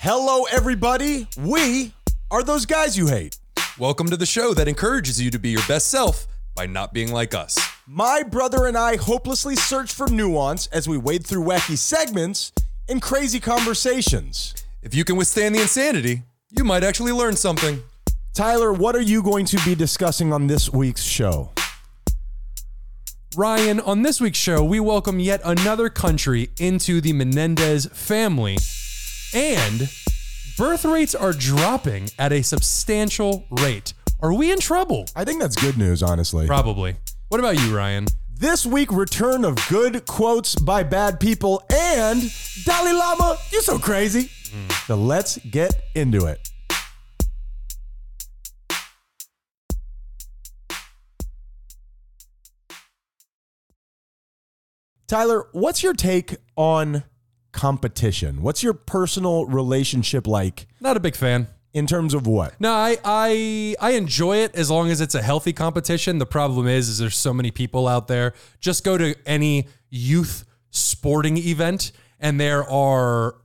Hello, everybody. We are those guys you hate. Welcome to the show that encourages you to be your best self by not being like us. My brother and I hopelessly search for nuance as we wade through wacky segments and crazy conversations. If you can withstand the insanity, you might actually learn something. Tyler, what are you going to be discussing on this week's show? Ryan, on this week's show, we welcome yet another country into the Menendez family, and birth rates are dropping at a substantial rate. Are we in trouble? I think that's good news, honestly. Probably. What about you, Ryan? This week, return of good quotes by bad people and Dalai Lama, you're so crazy. So let's get into it. Tyler, what's your take on competition? What's your personal relationship like Not a big fan. in terms of what? No, I, I I enjoy it as long as it's a healthy competition. The problem is, is there's so many people out there. Just go to any youth sporting event, and there are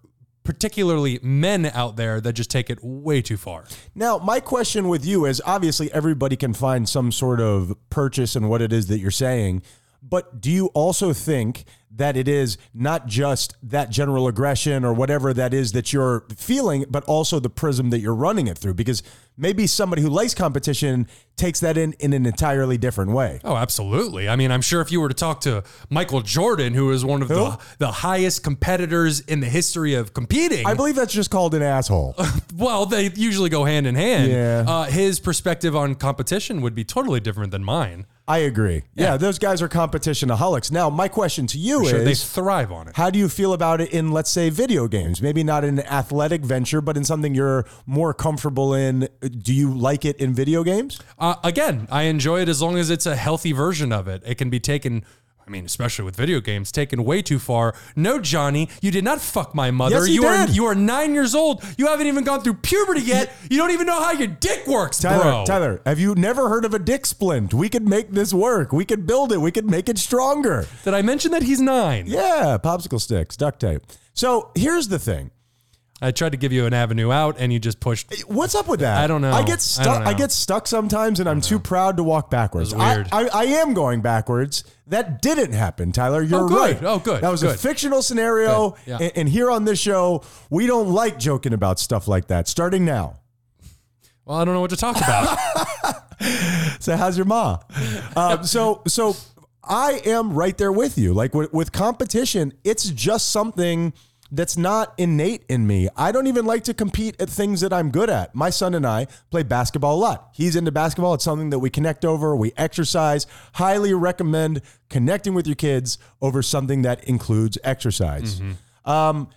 particularly men out there that just take it way too far. Now, my question with you is obviously everybody can find some sort of purchase in what it is that you're saying, but do you also think that it is not just that general aggression or whatever that is that you're feeling, but also the prism that you're running it through? Because maybe somebody who likes competition takes that in in an entirely different way. Oh, absolutely. I mean, I'm sure if you were to talk to Michael Jordan, who is one of the, the highest competitors in the history of competing, I believe that's just called an asshole. well, they usually go hand in hand. Yeah. Uh, his perspective on competition would be totally different than mine. I agree. Yeah, those guys are competitionaholics. Now, my question to you Sure, is they thrive on it. How do you feel about it in, let's say, video games? Maybe not in an athletic venture, but in something you're more comfortable in. Do you like it in video games? Uh, again, I enjoy it as long as it's a healthy version of it. It can be taken. I mean, especially with video games, taken way too far. No, Johnny, you did not fuck my mother. Yes, he you are did. you are nine years old. You haven't even gone through puberty yet. You don't even know how your dick works, Tyler, bro. Tyler, have you never heard of a dick splint? We could make this work. We could build it. We could make it stronger. Did I mention that he's nine? Yeah, popsicle sticks, duct tape. So here's the thing. I tried to give you an avenue out, and you just pushed. What's up with that? I don't know. I get I don't stuck. know. I, get stuck sometimes, and I'm too proud to walk backwards. It was weird. I, I, I am going backwards. That didn't happen, Tyler. You're Oh, good. right. Oh, good. That was a Good. fictional scenario. Good. Yeah. And, and here on this show, we don't like joking about stuff like that. Starting now. Well, I don't know what to talk about. So how's your ma? Um, so so I am right there with you. Like with, with competition, it's just something that's not innate in me. I don't even like to compete at things that I'm good at. My son and I play basketball a lot. He's into basketball. It's something that we connect over. We exercise. Highly recommend connecting with your kids over something that includes exercise. Um,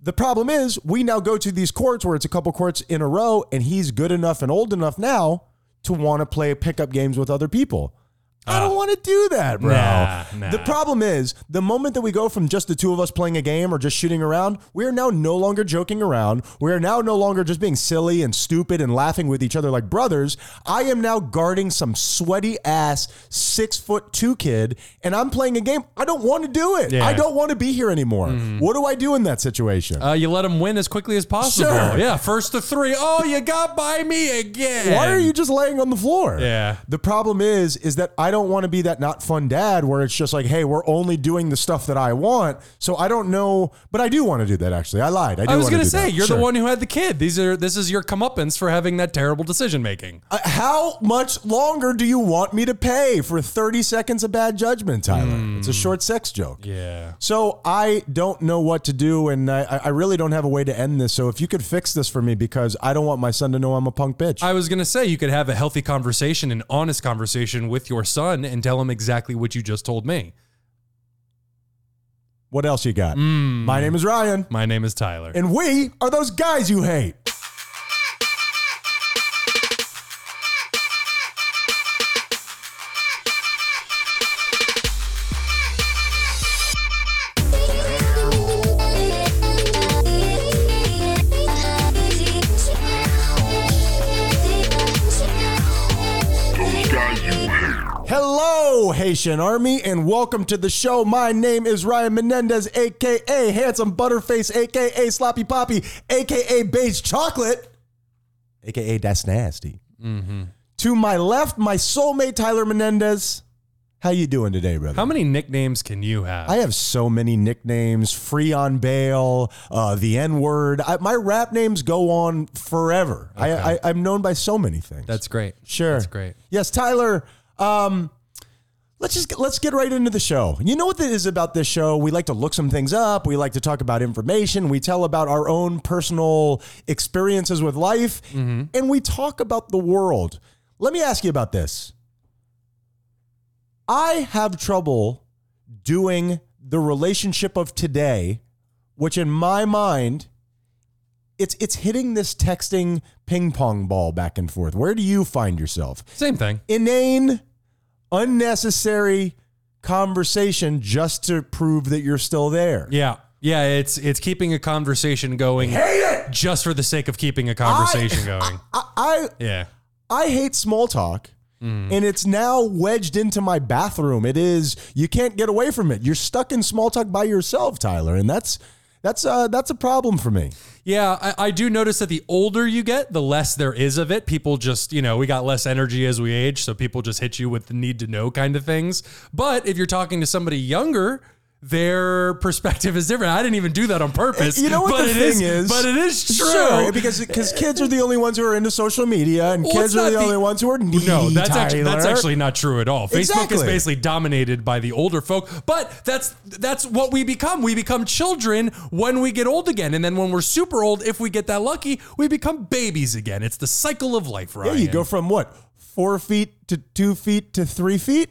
the problem is, we now go to these courts where it's a couple courts in a row, and he's good enough and old enough now to want to play pickup games with other people. I don't want to do that, bro. Uh, Nah, nah. The problem is, the moment that we go from just the two of us playing a game or just shooting around, we are now no longer joking around. We are now no longer just being silly and stupid and laughing with each other like brothers. I am now guarding some sweaty ass six foot two kid, and I'm playing a game. I don't want to do it. Yeah. Mm. I don't want to be here anymore. What do I do in that situation? uh, you let him win as quickly as possible. Sure. Yeah, first to three. Oh, you got by me again. Why are you just laying on the floor? Yeah. The problem is, is that I don't want to be that not fun dad where it's just like, hey, we're only doing the stuff that I want. So I don't know, but I do want to do that actually. I lied. I, do I was want to gonna do say that. you're Sure. the one who had the kid. These are this is your comeuppance for having that terrible decision making. Uh, how much longer do you want me to pay for 30 seconds of bad judgment, Tyler? Hmm. It's a short sex joke. Yeah. So I don't know what to do, and I, I really don't have a way to end this. So if you could fix this for me, because I don't want my son to know I'm a punk bitch. I was gonna say you could have a healthy conversation, an honest conversation with your son, and tell him exactly what you just told me. what else you got? Hmm. My name is Ryan. My name is Tyler. and we are those guys you hate. Those guys you hate. Hello, Haitian Army, and welcome to the show. My name is Ryan Menendez, aka Handsome Butterface, aka Sloppy Poppy, aka Beige Chocolate, aka That's Nasty. Mm-hmm. To my left, my soulmate Tyler Menendez. How you doing today, brother? How many nicknames can you have? I have so many nicknames: free on bail, uh, the N word. My rap names go on forever. I, I, I'm known by so many things. That's great. Sure. That's great. Yes, Tyler. Um, let's just get, let's get right into the show. You know what it is about this show? We like to look some things up. We like to talk about information. We tell about our own personal experiences with life, and we talk about the world. Let me ask you about this. I have trouble doing the relationship of today, which in my mind it's it's hitting this texting ping pong ball back and forth. Where do you find yourself? Same thing. Inane, unnecessary conversation just to prove that you're still there. Yeah. Yeah, it's it's keeping a conversation going just for the sake of keeping a conversation going. I, I Yeah. I hate small talk. Mm. And it's now wedged into my bathroom. It is you can't get away from it. You're stuck in small talk by yourself, Tyler, and that's that's uh, that's a problem for me. Yeah, I, I do notice that the older you get, the less there is of it. People just, you know, we got less energy as we age, so people just hit you with the need to know kind of things. But if you're talking to somebody younger, their perspective is different. I didn't even do that on purpose. You know what but the it thing is? But it is true. Sure, because because kids are the only ones who are into social media, and Well, kids it's are not the, the- only ones who are needy. No, that's actually that's Tyler. actually not true at all. Facebook is Exactly. basically dominated by the older folk, but that's that's what we become. We become children when we get old again, and then when we're super old, if we get that lucky, we become babies again. It's the cycle of life, Ryan. Yeah, you go from what four feet to two feet to three feet.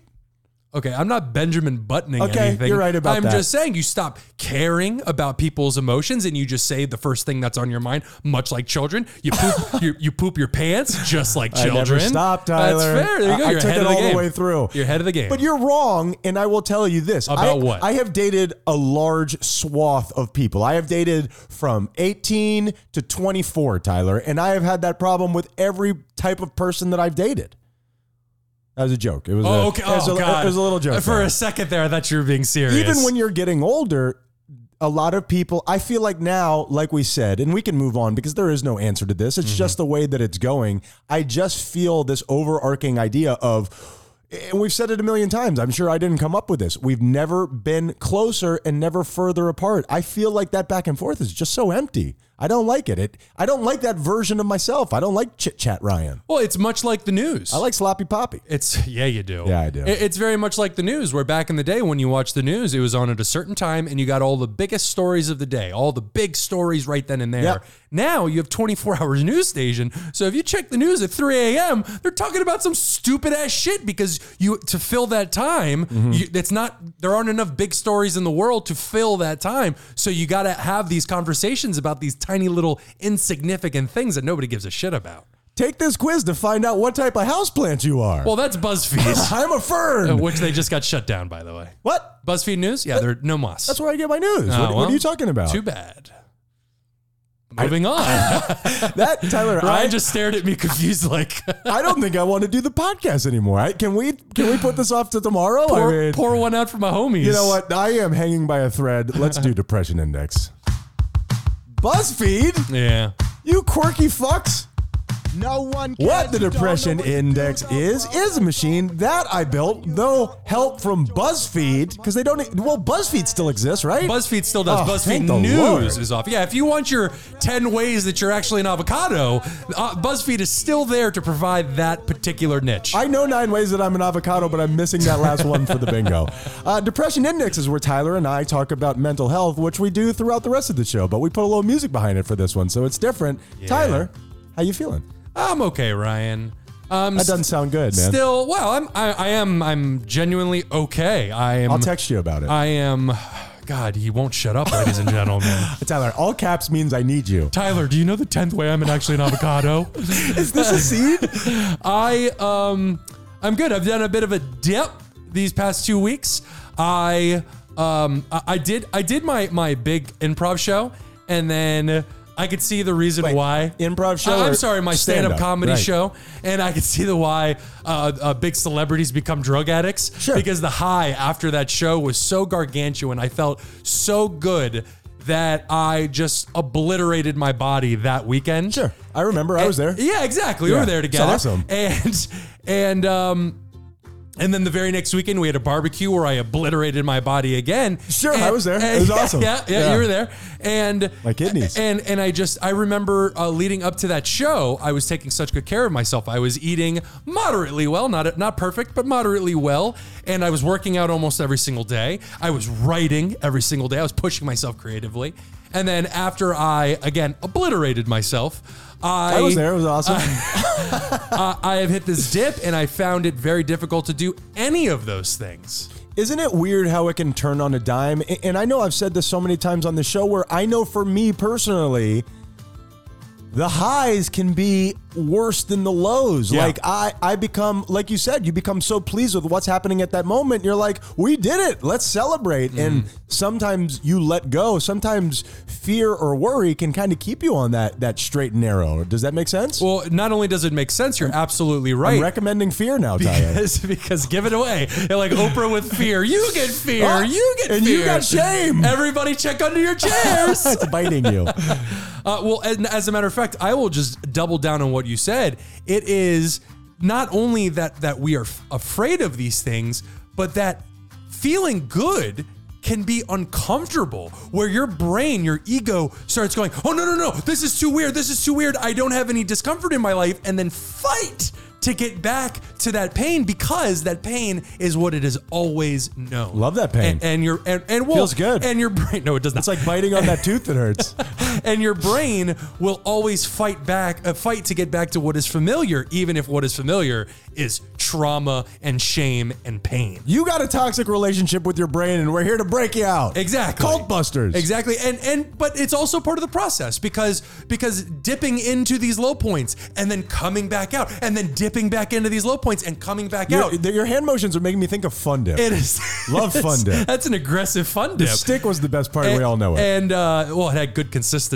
Okay, I'm not Benjamin buttoning Okay, anything. you're right about I'm that. just saying you stop caring about people's emotions and you just say the first thing that's on your mind, much like children. You poop, you, you poop your pants just like I never children. stopped, Tyler. That's fair. There you go. I, I you're took ahead it of all the, the, game. way through. You're ahead of the game. But you're wrong, and I will tell you this. About I, what? I have dated a large swath of people. I have dated from 18 to 24, Tyler, and I have had that problem with every type of person that I've dated. That was a joke. It was, Oh, a, okay. it was Oh, a, God. It was a little joke. For there. a second there, I thought you were being serious. Even when you're getting older, a lot of people, I feel like now, like we said, and we can move on because there is no answer to this. It's just the way that it's going. I just feel this overarching idea of, and we've said it a million times. I'm sure I didn't come up with this. We've never been closer and never further apart. I feel like that back and forth is just so empty. I don't like it. It. I don't like that version of myself. I don't like chit chat, Ryan. well, it's much like the news. I like sloppy poppy. It's yeah, you do. Yeah, I do. It- It's very much like the news, where back in the day when you watched the news, it was on at a certain time, and you got all the biggest stories of the day, all the big stories right then and there. Yep. Now you have 24 hours news station, so if you check the news at 3 a.m., they're talking about some stupid ass shit because you to fill that time, Mm-hmm. you, it's not there aren't enough big stories in the world to fill that time, so you got to have these conversations about these tiny little insignificant things that nobody gives a shit about. Take this quiz to find out what type of houseplant you are. Well, Uh, that's BuzzFeed. I'm a fern. Which they just got shut down, by the way. what? BuzzFeed News? Yeah, they're no mas. That's where I get my news. what, what Oh, well. are you talking about? Too bad. Moving on. that Tyler, I Ryan just stared at me confused, like I don't think I want to do the podcast anymore. I, can we can we put this off to tomorrow? pour, I mean, pour one out for my homies. you know what? I am hanging by a thread. Let's do depression index. BuzzFeed, Yeah. you quirky fucks. No one What the depression index is is a machine that I built, though help from BuzzFeed because they don't. e-, Well, BuzzFeed still exists, right? BuzzFeed still does. Oh, BuzzFeed thank the News Lord. is off. Yeah, if you want your 10 ways that you're actually an avocado, uh, BuzzFeed is still there to provide that particular niche. I know nine ways that I'm an avocado, but I'm missing that last one for the bingo. Uh, Depression Index is where Tyler and I talk about mental health, which we do throughout the rest of the show, but we put a little music behind it for this one, so it's different. Tyler, how you feeling? I'm okay, Ryan. Um, That doesn't sound good, man. still, well, I'm, I, I am, I'm genuinely okay. I am, I'll text you about it. I am, God, he won't shut up, ladies and gentlemen. Tyler, all caps means I need you. Tyler, do you know the tenth way I'm an actually an avocado? Is this a seed? I um, I'm good. I've done a bit of a dip these past two weeks. I um, I, I did I did my my big improv show, and then I could see the reason Wait, why improv show I- I'm or sorry, my stand-up, stand-up? comedy Right. show, and I could see the why uh, uh, big celebrities become drug addicts Sure. because the high after that show was so gargantuan. I felt so good that I just obliterated my body that weekend. Sure. I remember I was there. Yeah, exactly. We Yeah, were there it's together. awesome. And and um and then the very next weekend we had a barbecue where I obliterated my body again. Sure, And- I was there. It was yeah, awesome. Yeah, yeah, Yeah. you were there. And My kidneys. And and I just I remember uh, leading up to that show, I was taking such good care of myself. I was eating moderately well, not not perfect, but moderately well, and I was working out almost every single day. I was writing every single day. I was pushing myself creatively. And then after I again obliterated myself, I, I was there. It was awesome. uh, I have hit this dip, and I found it very difficult to do any of those things. Isn't it weird how it can turn on a dime? A- And I know I've said this so many times on the show where I know for me personally, the highs can be worse than the lows. Yeah. Like I, I become, like you said, you become so pleased with what's happening at that moment. You're like, we did it. Let's celebrate. Mm-hmm. And sometimes you let go. Sometimes fear or worry can kind of keep you on that that straight and narrow. Does that make sense? Well, not only does it make sense, you're absolutely I'm right. recommending fear now, Tyler. because, because give it away. They're like Oprah with fear. You get fear. Ah, you get and fear. you got shame. Everybody check under your chairs. it's biting you. Uh, well, and as a matter of fact, I will just double down on what you said. It is not only that that we are f- afraid of these things, but that feeling good can be uncomfortable where your brain your ego starts going oh no no no this is too weird this is too weird i don't have any discomfort in my life and then fight to get back to that pain because that pain is what it has always known Love that pain. and, and your and, and well, Feels good. and your brain no it does not It's like biting on that tooth that hurts. and your brain will always fight back, uh, fight to get back to what is familiar, even if what is familiar is trauma and shame and pain. You got a toxic relationship with your brain, and we're here to break you out. Exactly. Cult busters. Exactly. And and but it's also part of the process because because dipping into these low points and then coming back out and then dipping back into these low points and coming back Your, out. th- your hand motions are making me think of fun dip. It is Love fun dip. That's an aggressive fun dip. Stick was the best part. we all know it. Ah. And uh, well, it had good consistency.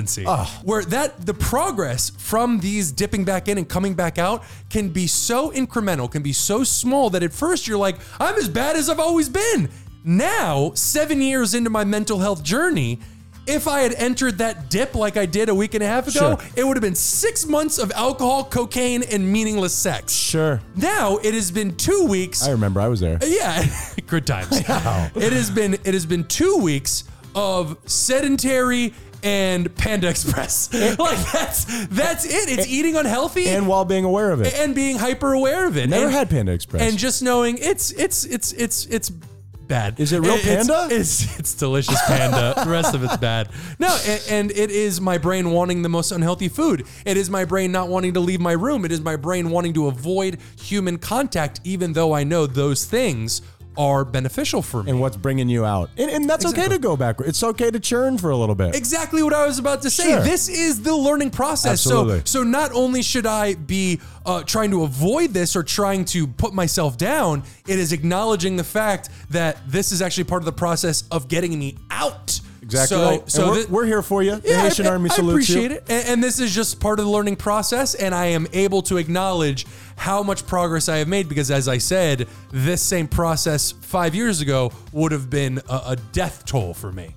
Where that the progress from these dipping back in and coming back out can be so incremental, can be so small that at first you're like, I'm as bad as I've always been. Now, seven years into my mental health journey. If I had entered that dip like I did a week and a half ago, Sure. it would have been six months of alcohol, cocaine, and meaningless sex. sure. Now it has been two weeks I remember. I was there. yeah, good times. Wow. It has been it has been two weeks of sedentary and Panda Express. like that's that's it. It's eating unhealthy and, And while being aware of it, being hyper aware of it. never and, had Panda Express. and just knowing it's it's it's it's it's bad. Is it real it's- panda? It's it's delicious panda. the rest of it's bad. No, and, and it is my brain wanting the most unhealthy food. It is my brain not wanting to leave my room. It is my brain wanting to avoid human contact, even though I know those things are beneficial for me. and what's bringing you out? And, and that's okay Exactly. to go backward. It's okay to churn for a little bit. exactly what I was about to say. Sure. This is the learning process. Absolutely. So, so not only should I be uh, trying to avoid this or trying to put myself down, it is acknowledging the fact that this is actually part of the process of getting me out. exactly. So, right. And so we're, thi- we're here for you. the Nation I, Army I salutes appreciate you. it. And, and this is just part of the learning process. And I am able to acknowledge how much progress I have made because, as I said, this same process five years ago would have been a, a death toll for me.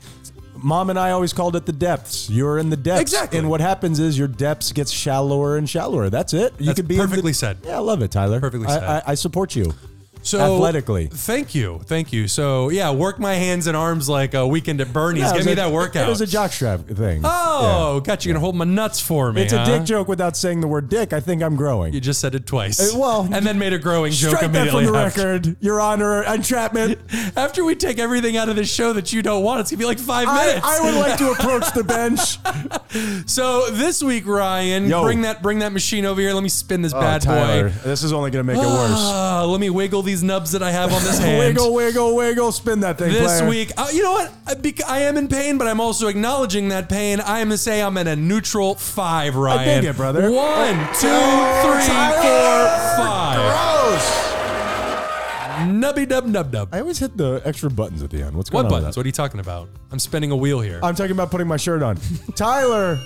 Mom and I always called it the depths. You're in the depths. Exactly. And what happens is your depths gets shallower and shallower. That's it. You That's could be in the- perfectly said. Yeah, I love it, Tyler. Perfectly I- said. I, I support you. So Athletically. Thank you, thank you. So yeah, work my hands and arms like a weekend at Bernie's. Yeah, it Give was me a- that workout. It was a jockstrap thing. oh, gotcha. You're gonna hold my nuts for me. It's a huh? dick joke without saying the word dick. I think I'm growing. You just said it twice. Uh, well, and then made a growing joke Strike that immediately from the after. record, Your Honor. Entrapment. After we take everything out of this show that you don't want, it's gonna be like five I, minutes. I would like to approach the bench. so this week, Ryan, Yo. bring that bring that machine over here. Let me spin this bad boy. Oh, this is only going to make it Ah, let me wiggle these nubs that I have on this hand. Wiggle, wiggle, wiggle. Spin that thing, this player. week. Uh, you know what? I, bec- I am in pain, but I'm also acknowledging that pain. I am gonna say I'm at a neutral five, Ryan. dig it, brother. One, two, three, Tyler! four, five. Gross. Nubby dub nub nub. I always hit the extra buttons at the end. What's going on? What with buttons? that? What are you talking about? I'm spinning a wheel here. I'm talking about putting my shirt on. Tyler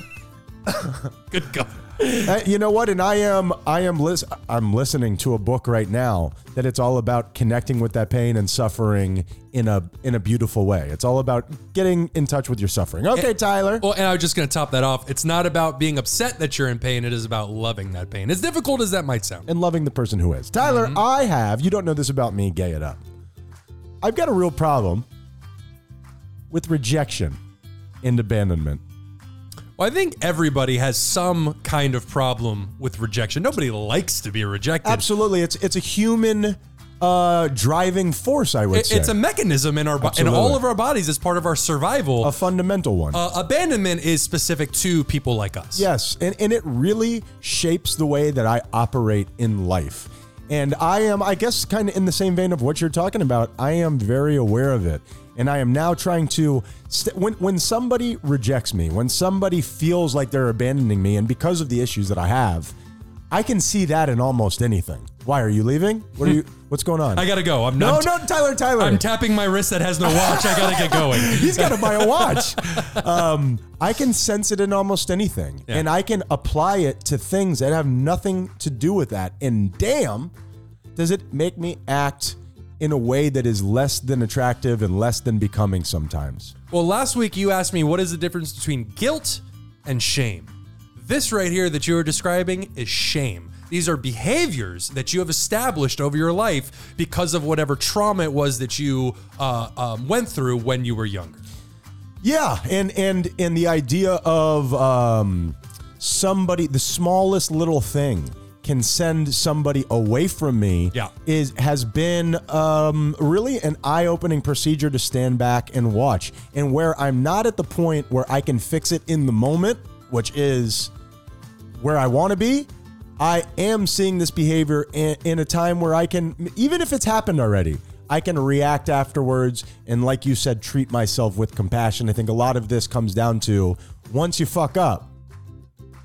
Good God. Uh, you know what? And I am I am lis- I'm listening to a book right now that it's all about connecting with that pain and suffering in a in a beautiful way. It's all about getting in touch with your suffering. Okay, Tyler. Well, and I was just going to top that off. It's not about being upset that you're in pain. It is about loving that pain. As difficult as that might sound. and loving the person who is. Tyler, I have, you don't know this about me, gay it up. I've got a real problem with rejection and abandonment. Well, I think everybody has some kind of problem with rejection. Nobody likes to be rejected. Absolutely. It's it's a human uh, driving force, I would It- say. It's a mechanism in our bo- in Absolutely. all of our bodies as part of our survival. a fundamental one. uh, abandonment is specific to people like us. Yes, and, and it really shapes the way that I operate in life. And I am, I guess, kind of in the same vein of what you're talking about. I am very aware of it. And I am now trying to, st- when, when somebody rejects me, when somebody feels like they're abandoning me, and because of the issues that I have, I can see that in almost anything. Why are you leaving? What are you, what's going on? I gotta go. I'm no, not. no, Tyler, Tyler. I'm tapping my wrist that has no watch. I gotta get going. He's got to buy a watch. Um, I can sense it in almost anything, and I can apply it to things that have nothing to do with that. And damn, does it make me act in a way that is less than attractive and less than becoming sometimes? Well, last week you asked me what is the difference between guilt and shame. This right here that you are describing is shame. These are behaviors that you have established over your life because of whatever trauma it was that you uh, um, went through when you were younger. Yeah, and and and the idea of um, somebody, the smallest little thing can send somebody away from me. Yeah. is has been um, really an eye-opening procedure to stand back and watch, and where I'm not at the point where I can fix it in the moment, which is where I want to be. I am seeing this behavior in, in a time where I can, even if it's happened already, I can react afterwards and, like you said, treat myself with compassion. I think a lot of this comes down to once you fuck up,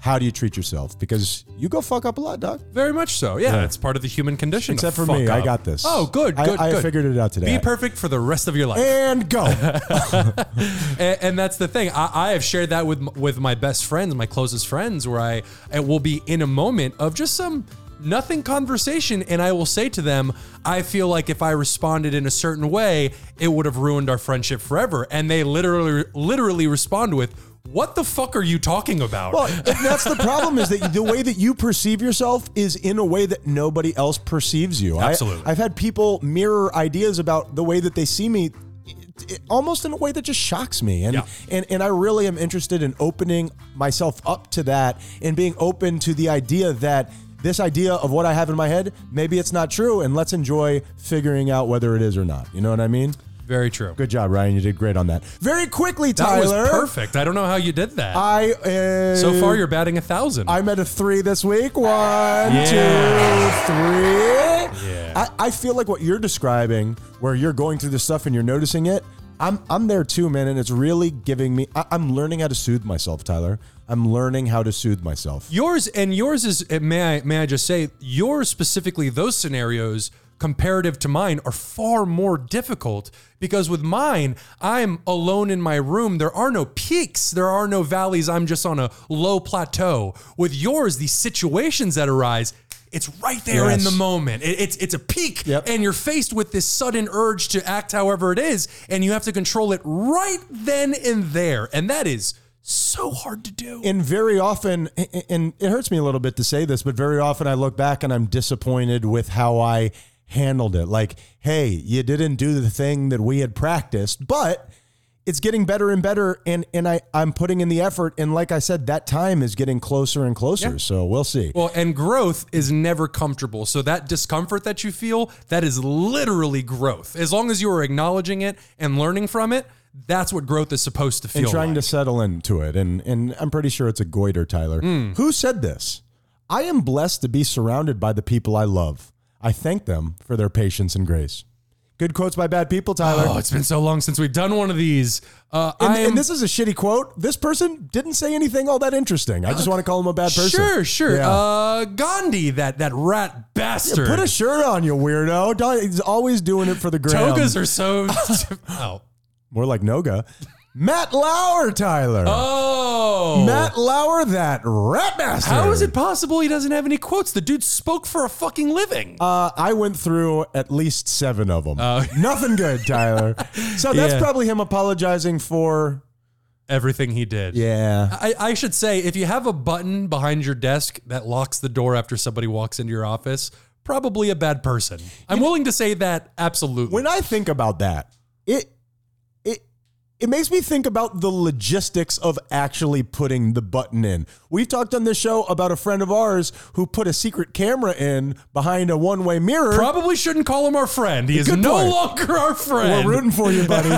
how do you treat yourself? Because you go fuck up a lot, dog. Very much so. Yeah, it's part of the human condition. to Except for fuck me, I up. got this. Oh, good, I- good, I, good. figured it out today. Be perfect for the rest of your life. and go. and, and that's the thing. I, I have shared that with m- with my best friends, my closest friends, where I, I will be in a moment of just some nothing conversation, and I will say to them, I feel like if I responded in a certain way, it would have ruined our friendship forever. And they literally literally respond with, "What the fuck are you talking about?" Well, and that's the problem is that the way that you perceive yourself is in a way that nobody else perceives you. I- Absolutely. I've had people mirror ideas about the way that they see me. it- it- almost in a way that just shocks me, and, Yeah. and and I really am interested in opening myself up to that and being open to the idea that this idea of what I have in my head maybe it's not true, and let's enjoy figuring out whether it is or not. You know what I mean? Very true. Good job, Ryan. You did great on that. Very quickly, That Tyler. was perfect. I don't know how you did that. I uh, so far, you're batting a thousand. I'm at a three this week. One, two, three. Yeah. I, I feel like what you're describing, where you're going through this stuff and you're noticing it, I'm I'm there too, man. And it's really giving me. I, I'm learning how to soothe myself, Tyler. I'm learning how to soothe myself. Yours and yours is uh, may I may I just say yours specifically those scenarios comparative to mine are far more difficult because with mine I'm alone in my room there are no peaks there are no valleys I'm just on a low plateau with yours the situations that arise it's right there in Yes. the moment It- it's it's a peak Yep. and you're faced with this sudden urge to act however it is and you have to control it right then and there and that is so hard to do and very often and it hurts me a little bit to say this but very often i look back and i'm disappointed with how i handled it like hey you didn't do the thing that we had practiced but it's getting better and better and and i i'm putting in the effort and like i said that time is getting closer and closer so we'll see Well, and growth is never comfortable. So that discomfort that you feel, that is literally growth. As long as you are acknowledging it and learning from it, that's what growth is supposed to feel. and trying to like. settle into it and and i'm pretty sure it's a goiter tyler Hmm. who said this i am blessed to be surrounded by the people i love i thank them for their patience and grace good quotes by bad people tyler Oh, it's been so long since we've done one of these. Uh, And, I am and this is a shitty quote. This person didn't say anything all that interesting. I just want to call him a bad person. sure, sure. Yeah. Uh, Gandhi, that that rat bastard. Put a shirt on, you weirdo. Don- He's always doing it for the gram. Togas are so. oh, More like Noga. Matt Lauer, Tyler. Oh. Matt Lauer, that rat bastard. How is it possible he doesn't have any quotes? The dude spoke for a fucking living. Uh, I went through at least seven of them. Oh. Nothing good, Tyler. so that's Yeah. probably him apologizing for. Everything he did. Yeah. I, I should say, if you have a button behind your desk that locks the door after somebody walks into your office, probably a bad person. I'm willing to say that absolutely. When I think about that, it it it makes me think about the logistics of actually putting the button in. We've talked on this show about a friend of ours who put a secret camera in behind a one-way mirror. probably shouldn't call him our friend. He is Good no point. longer our friend. We're rooting for you, buddy.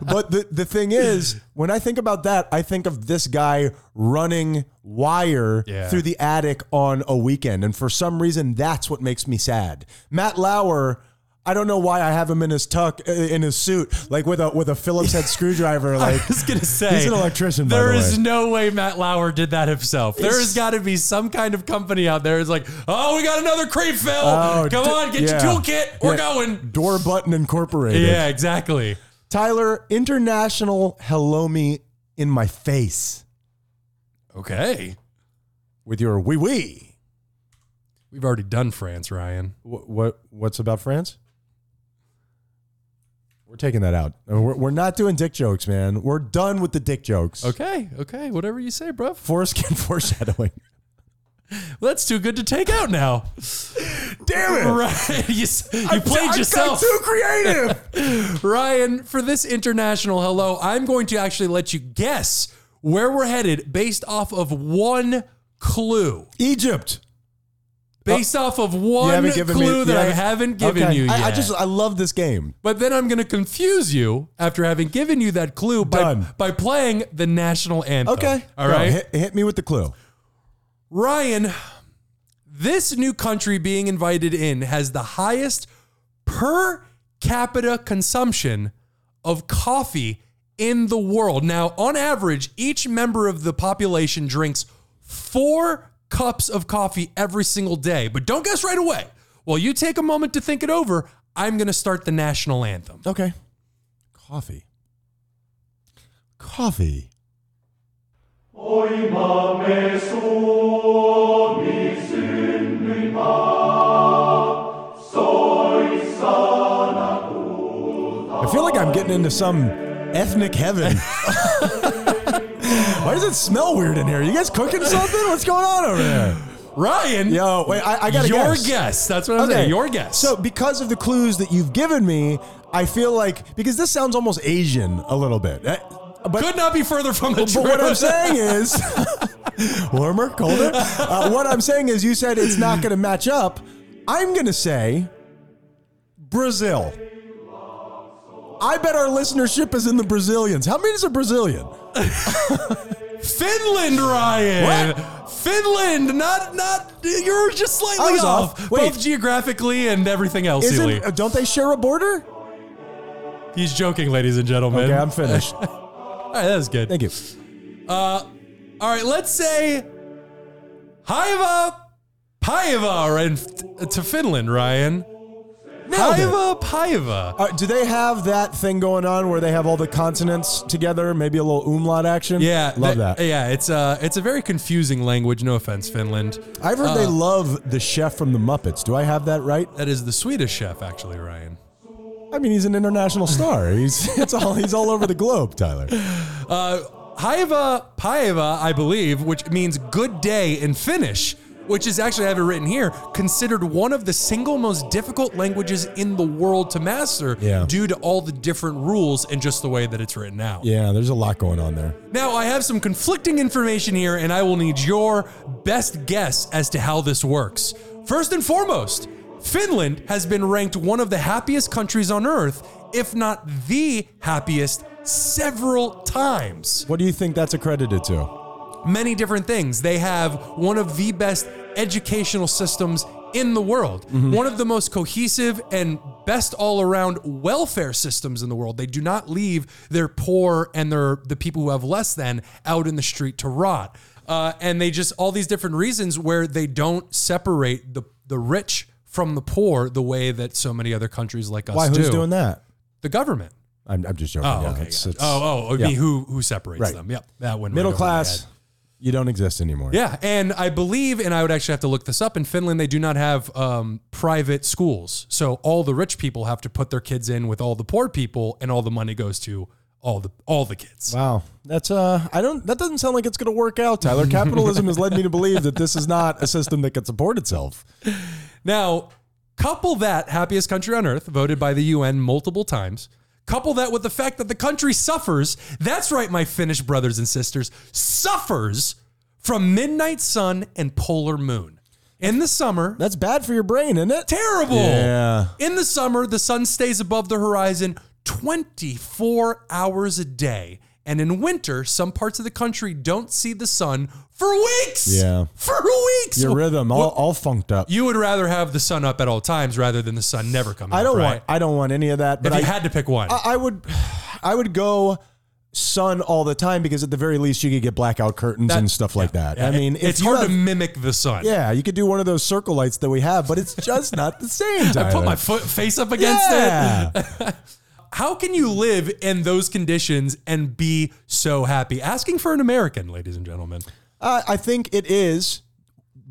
but the, the thing is, when I think about that, I think of this guy running wire Yeah. through the attic on a weekend. And for some reason, that's what makes me sad. Matt Lauer. I don't know why I have him in his tuck uh, in his suit, like with a with a Phillips head screwdriver. Like I was gonna say he's an electrician. There by the is way. no way Matt Lauer did that himself. there has got to be some kind of company out there. It's like, oh, we got another creep, Phil. Oh, Come d- on, get yeah. your toolkit. We're Yeah. going. Door Button Incorporated. Yeah, exactly. Tyler, international hello me in my face Okay, with your wee wee. we've already done France, Ryan. What, what what's about France? We're taking that out. Uh, We're, we're not doing dick jokes, man. We're done with the dick jokes. Okay, okay, whatever you say, bruv. Foreskin foreshadowing. Well, that's too good to take out now. Damn Right, you, s- you played I'm yourself. too creative. Ryan, for this international hello, I'm going to actually let you guess where we're headed based off of one clue. Egypt. Based off of one clue you that I Oh. haven't- haven't given Okay. you yet. I, I just I love this game. but then I'm going to confuse you after having given you that clue by, Done. by playing the national anthem. Okay. Oh. All Go, right. Hit, hit me with the clue. Ryan, this new country being invited in has the highest per capita consumption of coffee in the world. Now, on average, each member of the population drinks four cups of coffee every single day. But don't guess right away. While you take a moment to think it over, I'm going to start the national anthem. Okay. Coffee. Coffee. I feel like I'm getting into some ethnic heaven. Why does it smell weird in here? You guys cooking something? What's going on over there? Ryan, Yo, wait, I, I got to your guess. guess. That's what I'm saying. Your guess. So because of the clues that you've given me, I feel like because this sounds almost Asian a little bit. Eh, But could not be further from the but truth. what I'm saying is, warmer, colder. Uh, what I'm saying is, you said it's not going to match up. I'm going to say Brazil. I bet our listenership is in the Brazilians. How many is a Brazilian? Finland, Ryan. Finland, not not. You're just I slightly was off, off. Wait. both geographically and everything else. Ely. Isn't, uh, don't they share a border? He's joking, ladies and gentlemen. Okay, I'm finished. All right, that was good. Thank you. All right, let's say Haiva, Paiva, and f- to Finland, Ryan. Nailed it. Haiva, Paiva. Uh, do they have that thing going on where they have all the consonants together? Maybe a little umlaut action. Yeah, love th- that. Yeah, it's a it's a very confusing language. No offense, Finland. I've heard they love the chef from the Muppets. Do I have that right? That is the Swedish chef, actually, Ryan. I mean, he's an international star. He's it's all he's all over the globe, Tyler. Haiva Paiva, I believe, which means good day in Finnish, which is actually, I have it written here, considered one of the single most difficult languages in the world to master Yeah. due to all the different rules and just the way that it's written out. Yeah, there's a lot going on there. Now, I have some conflicting information here, and I will need your best guess as to how this works. First and foremost, Finland has been ranked one of the happiest countries on earth, if not the happiest, several times What do you think that's accredited to? many different things. They have one of the best educational systems in the world, Mm-hmm. one of the most cohesive and best all around welfare systems in the world. They do not leave their poor and their the people who have less than out in the street to rot. Uh, and they just all these different reasons where they don't separate the the rich from the poor the way that so many other countries like us Why? do. Who's doing that? The government. I'm, I'm just joking. Oh, yeah, okay. it's- gotcha. it's- oh, oh, it'd be yeah. who who separates Right. them. Yep, that one. right middle over my head. class, you don't exist anymore. Yeah, and I believe, and I would actually have to look this up. In Finland, they do not have um, private schools, so all the rich people have to put their kids in with all the poor people, and all the money goes to all the all the kids. Wow, that's uh, I don't. That doesn't sound like it's going to work out, Tyler. Capitalism has led me to believe that this is not a system that can support itself. Now, couple that happiest country on earth, voted by the UN multiple times. Couple that with the fact that the country suffers. That's right, my Finnish brothers and sisters suffers from midnight sun and polar moon in the summer. That's bad for your brain, isn't it? terrible. Yeah. In the summer, the sun stays above the horizon 24 hours a day. And in winter, some parts of the country don't see the sun for weeks. Yeah. For weeks. Your rhythm, all, all funked up. You would rather have the sun up at all times rather than the sun never coming I don't up, want. right? I don't want any of that. But If I, you had to pick one. I would, I would go sun all the time because at the very least you could get blackout curtains and stuff like that. I mean, if it's you hard have- to mimic the sun. Yeah, you could do one of those circle lights that we have, but it's just not the same. Tyler. Put my foot face up against it. yeah. How can you live in those conditions and be so happy? Asking for an American, ladies and gentlemen. Uh, I think it is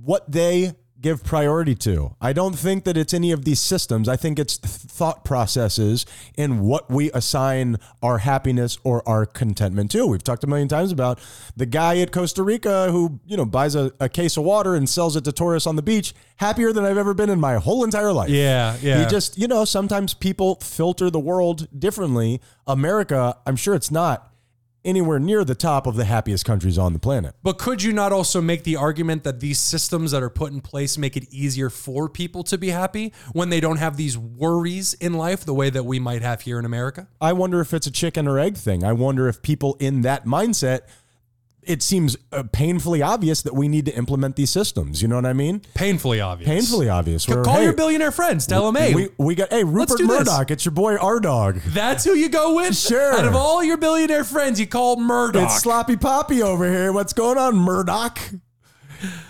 what they give priority to. I don't think that it's any of these systems. I think it's th- thought processes and what we assign our happiness or our contentment to. We've talked a million times about the guy at Costa Rica who, you know, buys a, a case of water and sells it to tourists on the beach, happier than I've ever been in my whole entire life. Yeah, yeah. You just, you know, sometimes people filter the world differently. America, I'm sure it's not anywhere near the top of the happiest countries on the planet. But could you not also make the argument that these systems that are put in place make it easier for people to be happy when they don't have these worries in life the way that we might have here in America? I wonder if it's a chicken or egg thing. I wonder if people in that mindset, it seems uh, painfully obvious that we need to implement these systems. You know what I mean? Painfully obvious. Painfully obvious. Where, Call hey, your billionaire friends. Tell them, hey, we, we got, hey, Rupert do this. Murdoch, it's your boy R Dog. that's who you go with? Sure. Out of all your billionaire friends, you call Murdoch. It's Sloppy Poppy over here. What's going on, Murdoch?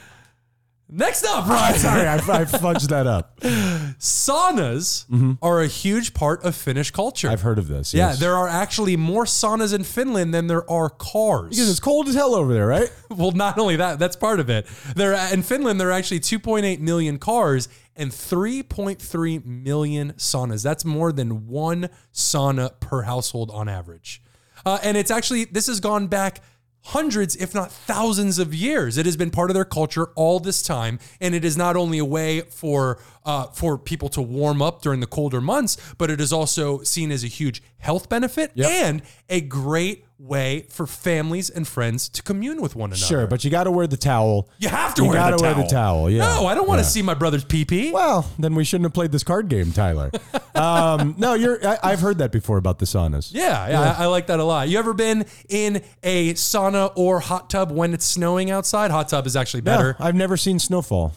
Next up, Ryan. Sorry, I, I fudged that up. Saunas are a huge part of Finnish culture. Mm-hmm. I've heard of this. yeah, yes. there are actually more saunas in Finland than there are cars. Because it's cold as hell over there, right? well, not only that, that's part of it. There in Finland, there are actually 2.8 million cars and 3.3 million saunas. That's more than one sauna per household on average. Uh, and it's actually this has gone back hundreds, if not thousands, of years. It has been part of their culture all this time, and it is not only a way for uh, for people to warm up during the colder months, but it is also seen as a huge health benefit and a great way for families and friends to commune with one another. Sure, but you got to wear the towel. You have to You wear, gotta the, wear towel. the towel, yeah. No, I don't want to Yeah. see my brother's pee pee. Well, then we shouldn't have played this card game, Tyler. um, no, you're. I, I've heard that before about the saunas. Yeah, yeah, I, I like that a lot. You ever been in a sauna or hot tub when it's snowing outside? Hot tub is actually better. Yeah, I've never seen snowfall.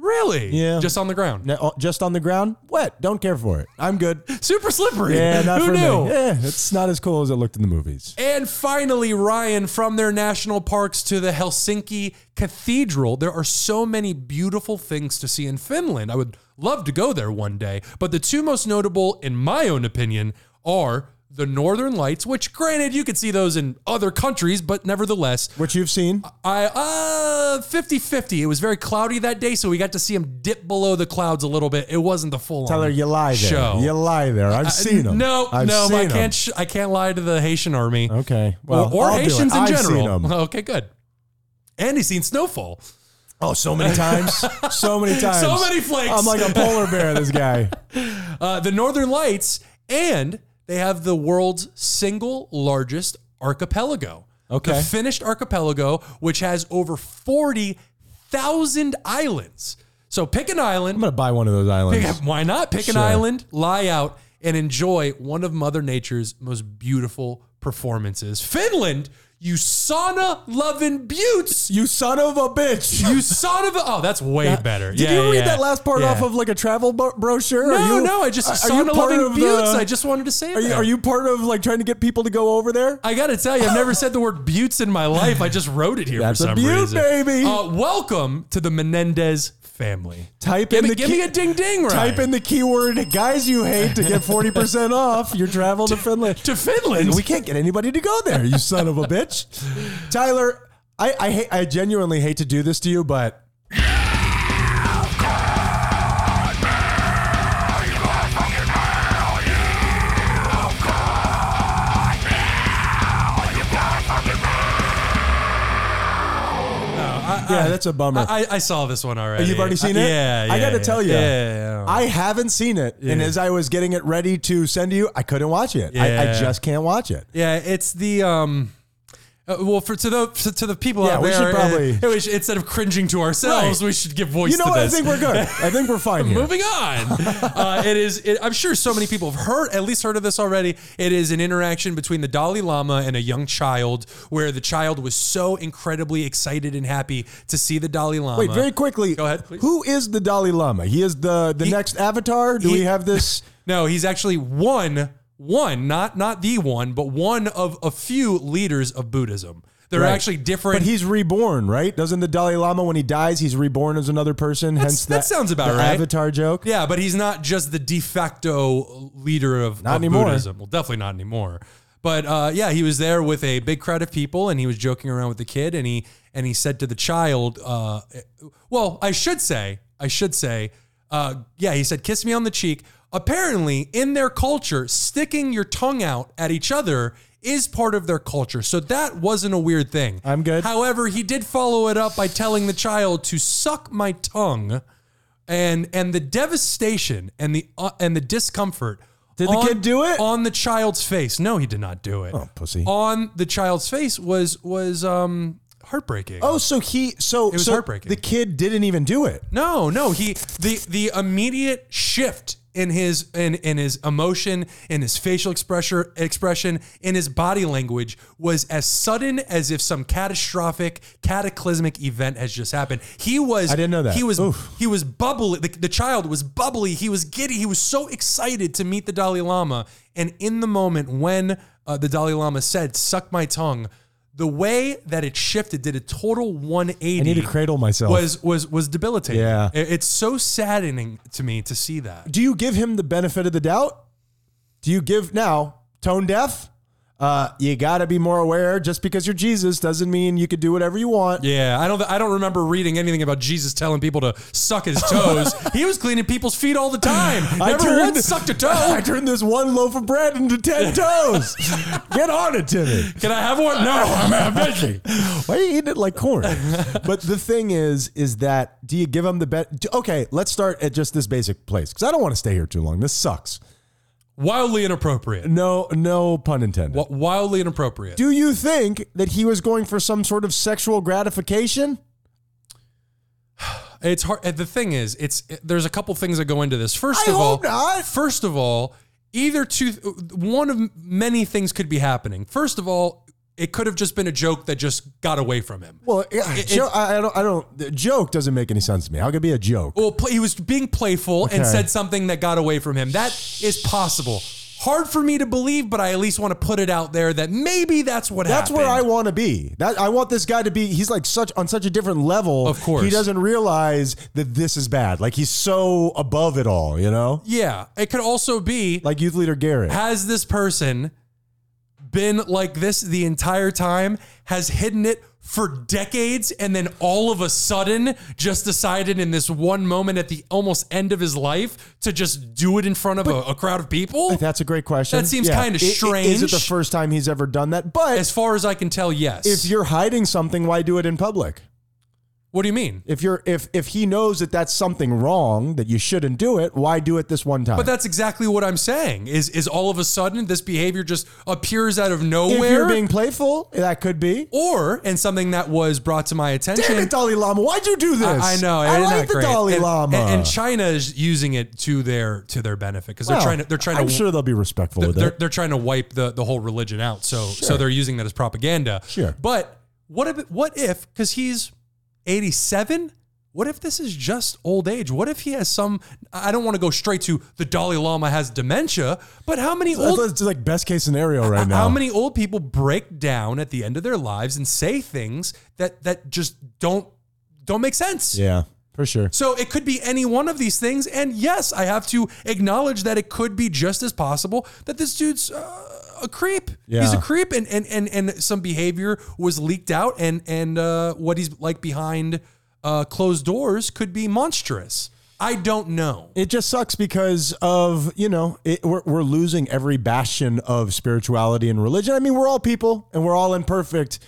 Really? Yeah. Just on the ground. Now, uh, just on the ground, wet. Don't care for it. I'm good. Super slippery. Yeah, not Who for knew? me. Yeah, it's not as cool as it looked in the movies. And finally, Ryan, from their national parks to the Helsinki Cathedral, there are so many beautiful things to see in Finland. I would love to go there one day. But the two most notable, in my own opinion, are the Northern Lights, which, granted, you could see those in other countries, but nevertheless, Which you've seen. I uh 50-50. It was very cloudy that day, so we got to see him dip below the clouds a little bit. It wasn't the full Tyler, you lie there. Show. Uh, You lie there. I've seen them. No, I've no, I seen 'em. can't. Sh- I can't lie to the Haitian army. Okay. Well, or or I'll do it. Haitians in I've general. Seen 'em. Okay, good. And he's seen snowfall. Oh, so many times. so many times. So many flakes. I'm like a polar bear. This guy. Uh, the Northern Lights, and they have the world's single largest archipelago. Okay. The Finnish archipelago, which has over 40,000 islands. So pick an I'm island. gonna buy one of those islands. Why not? Pick an Sure. island, lie out, and enjoy one of Mother Nature's most beautiful performances. Finland, you sauna loving buttes. You son of a bitch. You son of a. Oh, that's way better. Uh, Did Yeah, you read yeah, that last part yeah. off of like a travel bro- brochure? Are No, you- no, I just are- are you sauna part loving of the- buttes. I just wanted to say it. Are you, there. are you part of like trying to get people to go over there? I gotta tell you, I've never said the word buttes in my life. I just wrote it here That's for a some butte, reason. baby. Uh, welcome to the Menendez family. Type Give in me, the give key- me a ding ding right. Type in the keyword guys you hate to get 40% off your travel to Finland. to Finland. We can't get anybody to go there, you son of a bitch. Tyler, I, I hate I genuinely hate to do this to you, but yeah, that's a bummer. I, I saw this one already. You've already seen Uh, it? Yeah, I yeah, gotta yeah. tell you. Yeah, yeah, yeah. I haven't seen it, and as I was getting it ready to send to you, I couldn't watch it. I, I Yeah. just can't watch it. Yeah, it's the um. uh, well, for to the to, to the people Yeah, out we there, should probably- uh, we should- instead of cringing to ourselves, Right. we should give voice. You know to what? I this. think we're good. I think we're fine here. Moving on, uh, it is. It, I'm sure so many people have heard, at least heard of this already. It is an interaction between the Dalai Lama and a young child, where the child was so incredibly excited and happy to see the Dalai Lama. Wait, very quickly. Go ahead, please. Who is the Dalai Lama? He is the the next Avatar. Do he- we have this? No, he's actually one, one, not not the one, but one of a few leaders of Buddhism. They're Right. actually different. But he's reborn, right? Doesn't the Dalai Lama, when he dies, he's reborn as another person? hence that sounds about the right. Avatar joke. Yeah, but he's not just the de facto leader of, Not of anymore. Buddhism. Well, definitely not anymore. But uh, yeah, he was there with a big crowd of people, and he was joking around with the kid, and he and he said to the child, uh, "Well, I should say, I should say, uh, yeah." He said, "Kiss me on the cheek." Apparently, in their culture, sticking your tongue out at each other is part of their culture, so that wasn't a weird thing. I'm good. However, he did follow it up by telling the child to suck my tongue and and the devastation and the uh, and the discomfort. Did the kid do it? on the child's face? No, he did not do it. Oh, pussy. On the child's face was was um heartbreaking. Oh, so he so it was so heartbreaking. The kid didn't even do it. No, no, he the the immediate shift in his in in his emotion, in his facial expression, expression, in his body language was as sudden as if some catastrophic, cataclysmic event has just happened. He was I didn't know that. He was Oof. he was bubbly. The, the child was bubbly. He was giddy. He was so excited to meet the Dalai Lama. And in the moment when uh, the Dalai Lama said, "Suck my tongue," the way that it shifted did a total 180. I need to cradle myself. Was was was debilitating. Yeah. It- it's so saddening to me to see that. do you give him the benefit of the doubt? Do you give now tone deaf? Uh, you got to be more aware. Just because you're Jesus doesn't mean you could do whatever you want. Yeah, I don't. I don't remember reading anything about Jesus telling people to suck his toes. he was cleaning people's feet all the time. I Never turned- once sucked a I toe. turned this one loaf of bread into ten toes. Get on it, Timmy. Can I have one? No, I'm, I'm busy. Why are you eating it like corn? but the thing is, is that do you give them the bet? Okay, let's start at just this basic place because I don't want to stay here too long. This sucks. Wildly inappropriate. No, no pun intended. Wi- Wildly inappropriate. do you think that he was going for some sort of sexual gratification? It's hard. eh, The thing is, it's eh, there's a couple things that go into this. First I of all, hope not. first of all, either two, one of many things could be happening. First of all, it could have just been a joke that just got away from him. Well, yeah, jo- I, I don't. I don't. The joke doesn't make any sense to me. How could it be a joke? Well, play, he was being playful and Okay. said something that got away from him. That is possible. Hard for me to believe, but I at least want to put it out there that maybe that's what That's happened. where I want to be. That I want this guy to be. He's like such on such a different level. Of course. he doesn't realize that this is bad. Like he's so above it all. You know, Yeah, it could also be like youth leader Garrett. has this person been like this the entire time has hidden it for decades and then all of a sudden just decided in this one moment at the almost end of his life to just do it in front of a, a crowd of people That's a great question. That seems kinda I- i- Is it strange. the first time he's ever done that? But as far as i can tell yes if you're hiding something, why do it in public? what do you mean If you're if if he knows that that's something wrong that you shouldn't do it, why do it this one time? but that's exactly what i'm saying is is all of a sudden this behavior just appears out of if nowhere you're being playful, that could be. or and something that was brought to my attention Damn it, Dalai Lama! Why'd you do this? I, I know. I it is like not the great. Dalai and, Lama. and, and China is using it to their to their benefit because they're Well, trying to they're trying I'm to sure they'll be respectful with they're, it. they're trying to wipe the, the whole religion out. So so Sure. they're using that as propaganda. Sure. But what if what if because he's 87? What if this is just old age? What if he has some? I don't want to go straight to the Dalai Lama has dementia, but how many That's old that's like best case scenario right now. how many old people break down at the end of their lives and say things that that just don't don't make sense? Yeah. for sure. So it could be any one of these things. And yes, I have to acknowledge that it could be just as possible that this dude's uh, a creep. He's Yeah. a creep, and and and and some behavior was leaked out, and and uh, what he's like behind uh, closed doors could be monstrous. I don't know. It just sucks because of, you know, it, we're, we're losing every bastion of spirituality and religion. I mean, we're all people and we're all imperfect,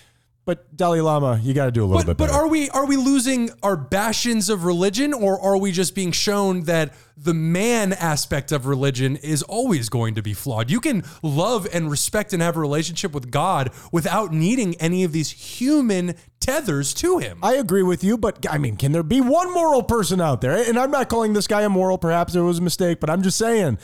but Dalai Lama, you got to do a little But, bit but better. are we are we losing our bastions of religion, or are we just being shown that the man aspect of religion is always going to be flawed? You can love and respect and have a relationship with God without needing any of these human tethers to Him. I agree with you, but I mean, can there be one moral person out there? And I'm not calling this guy immoral. Perhaps it was a mistake, but I'm just saying.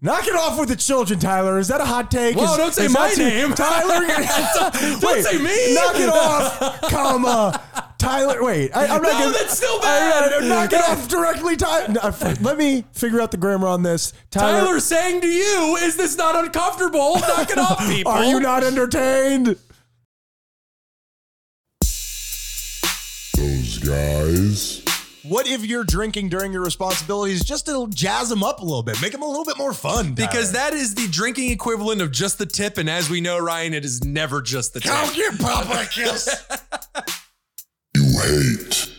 Knock it off with the children, Tyler. Is that a hot take? Whoa, Is- don't say is my that too- name. Tyler. Don't- don't say me. Knock it off, comma. Tyler, wait. I, am not No, gonna, that's still I'm not- bad. knock it off directly, Tyler. let me figure out the grammar on this. Tyler, Tyler saying to you, "Is this not uncomfortable? Knock it off, people." are you not entertained? Those guys. What if you're drinking during your responsibilities just to jazz them up a little bit, make them a little bit more fun? Because that is the drinking equivalent of just the tip, and as we know, Ryan, it is never just the tip. give Papa a kiss. You hate.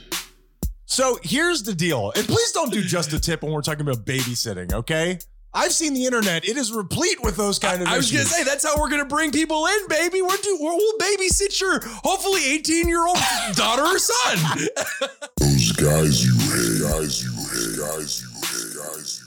So here's the deal, and please don't do just a tip when we're talking about babysitting, okay? I've seen the internet; it is replete with those kind of I was issues. gonna say that's how we're gonna bring people in, baby. We're do we're, we'll babysit your hopefully eighteen year old daughter or son. Those guys you hate. Guys you hate. Guys you hate. Guys you hate. Guys you hate. Guys you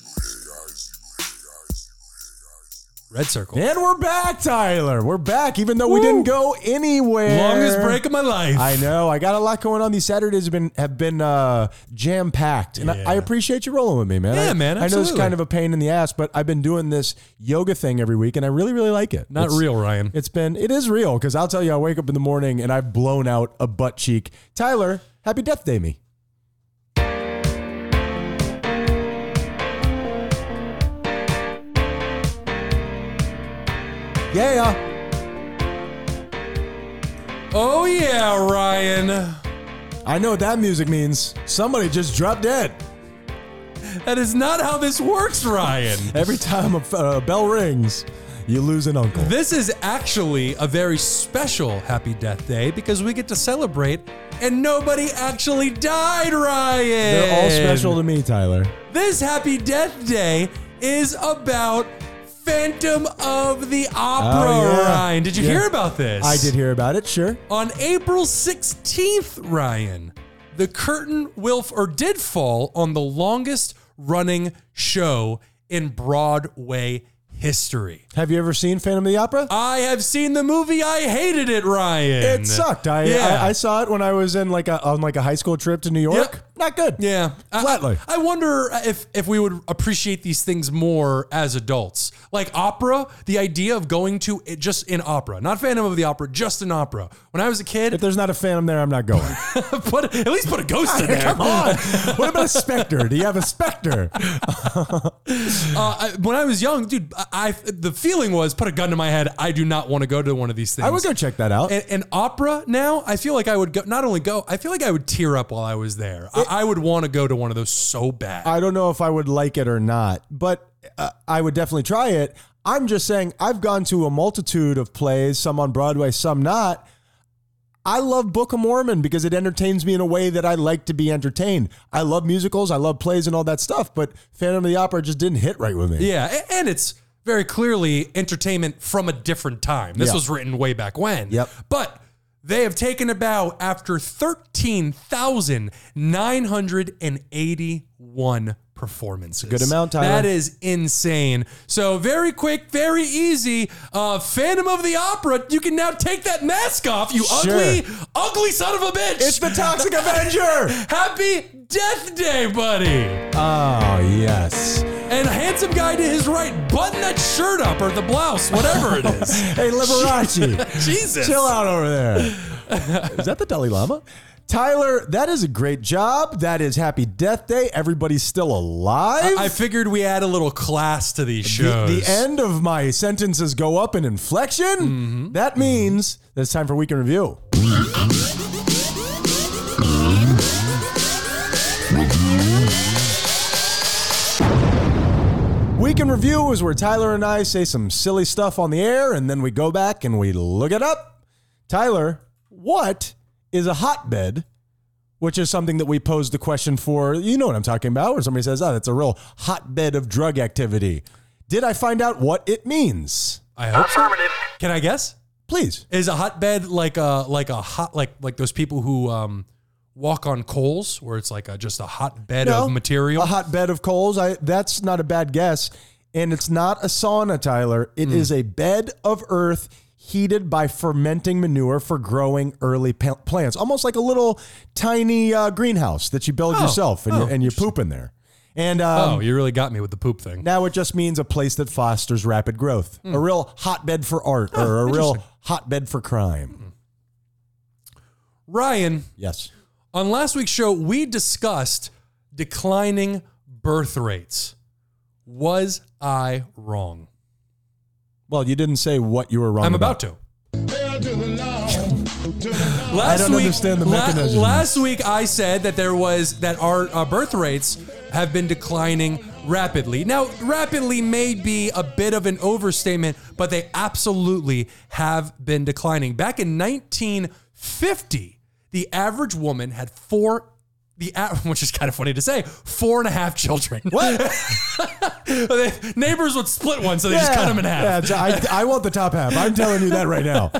Red circle. and we're back, Tyler. We're back, even though we didn't go anywhere. Longest break of my life. I know. I got a lot going on. These Saturdays have been have been uh, jam packed, and Yeah. I, I appreciate you rolling with me, man. Yeah, I, man, I know it's absolutely. kind of a pain in the ass, but I've been doing this yoga thing every week, and I really, really like it. Not It's- real, Ryan. It's been it is real because I'll tell you, I wake up in the morning and I've blown out a butt cheek. Tyler, happy death day, me. Yeah. Oh yeah, Ryan. I know what that music means. Somebody just dropped dead. That is not how this works, Ryan. Every time a f- uh, bell rings, you lose an uncle. This is actually a very special Happy Death Day because we get to celebrate, and nobody actually died, Ryan. They're all special to me, Tyler. This Happy Death Day is about Phantom of the Opera, Oh, yeah. Ryan. Did you Yeah. hear about this? I did hear about it, sure. On April 16th, Ryan, the curtain will f- or did fall on the longest running show in Broadway history. Have you ever seen Phantom of the Opera? I have seen the movie. I hated it, Ryan. It sucked. I, Yeah. I I saw it when I was in like a on like a high school trip to New York. Yep. Not good. Yeah, I- Flatly. I, I wonder if if we would appreciate these things more as adults, like opera. The idea of going to it just in opera, not Phantom of the Opera, just an opera. When I was a If kid, there's not a phantom there, I'm not going. put at least put a ghost in there. Come on. What about a specter? Do you have a specter? Uh, I, when I was young, dude, I, I the feeling was put a gun to my head. I do not want to go to one of these things. I would go check that out. and, and opera now, I feel like I would go, not only go, I feel like I would tear up while I was there. I, I would want to go to one of those so bad. I don't know if I would like it or not, but uh, I would definitely try it. I'm just saying I've gone to a multitude of plays, some on Broadway, some not. I love Book of Mormon because it entertains me in a way that I like to be entertained. I love musicals, I love plays and all that stuff, but Phantom of the Opera just didn't hit right with me. Yeah, a- and it's very clearly entertainment from a different time. This Yeah. was written way back when. Yep. But they have taken a bow after 13,981 performances. good amount, Tyler. That is insane. So very quick, very easy. Uh, Phantom of the Opera, you can now take that mask off, you Sure. ugly, ugly son of a bitch. It's the Toxic Avenger. Happy Death Day, buddy. Oh, yes. And handsome guy to his right, button that shirt up or the blouse, whatever it is. Hey, Liberace. Jesus. Chill out over there. Is that the Dalai Lama? Tyler, that is a great job. That is Happy Death Day. Everybody's still alive. I figured we add a little class to these the, shows. the end of my sentences go up in inflection. That means that it's time for weekend review. hate. and review is where Tyler and I say some silly stuff on the air, and then we go back and we look it up. Tyler, what is a hotbed? Which is something that we posed the question for. You know what I'm talking about, where somebody says, "Oh, that's a real hotbed of drug activity." Did I find out what it means? I hope so. Can I guess? Please. Is a hotbed like a like a hot like like those people who um walk on coals where it's like a, just a hotbed No. of material? A hotbed of coals. I that's not a bad guess. And it's not a sauna, Tyler. It Hmm. is a bed of earth heated by fermenting manure for growing early pa- plants, almost like a little tiny uh, greenhouse that you build yourself and, Oh. you, and you poop in there. And um, oh, you really got me with the poop thing. now it just means a place that fosters rapid growth, a real hotbed for art or a real hotbed for crime. Ryan, Yes. on last week's show we discussed declining birth rates. Was I wrong? Well, you didn't say what you were wrong. I'm about to. Last I don't week, understand the la- mechanism. last week I said that there was that our uh, birth rates have been declining rapidly. Now, rapidly may be a bit of an overstatement, but they absolutely have been declining. Back in 1950, the average woman had four. The a- which is kind of funny to say, four and a half children. What? neighbors would split one, so they just cut them in half. Yeah, it's- I, I want the top half. I'm telling you that right now.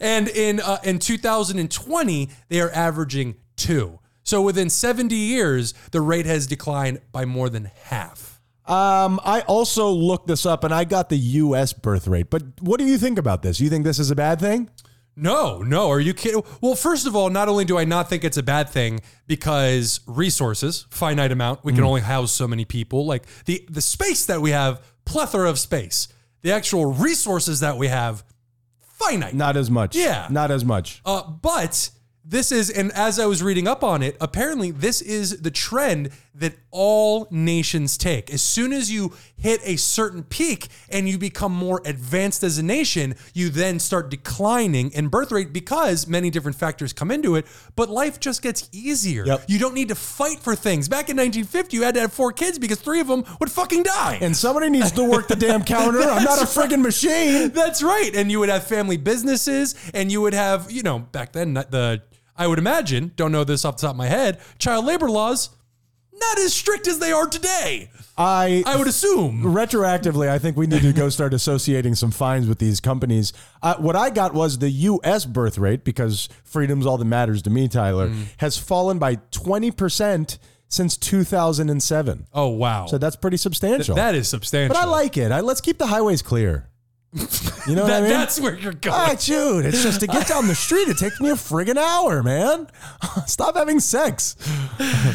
And in uh, in 2020, they are averaging two. So within 70 years, the rate has declined by more than half. Um, I also looked this up and I got the U.S. birth rate. But what do you think about this? You think this is a bad thing? No, no, are you kidding? Well, first of all, not only do I not think it's a bad thing because resources, finite amount, we can only house so many people. Like the the space that we have, plethora of space. The actual resources that we have, finite. Not as much. Yeah. Not as much. Uh, but this is, and as I was reading up on it, apparently this is the trend that all nations take. As soon as you hit a certain peak and you become more advanced as a nation, you then start declining in birth rate because many different factors come into it. But life just gets easier. Yep. You don't need to fight for things. Back in 1950, you had to have four kids because three of them would fucking die. And somebody needs to work the damn counter. I'm not a friggin' machine. That's right. And you would have family businesses and you would have, you know, back then, not the, I would imagine, don't know this off the top of my head, child labor laws, not as strict as they are today. I, I would assume. retroactively, I think we need to go start associating some fines with these companies. Uh, what I got was the U.S. birth rate, because freedom's all that matters to me, Tyler, Mm. has fallen by 20% since 2007. Oh, wow. So that's pretty substantial. that is substantial. but I like it. I, let's keep the highways clear. You know what I that. mean? That's where you're going. Ah, dude, it's just to get down the street. It takes me a friggin' hour, man. Stop having sex.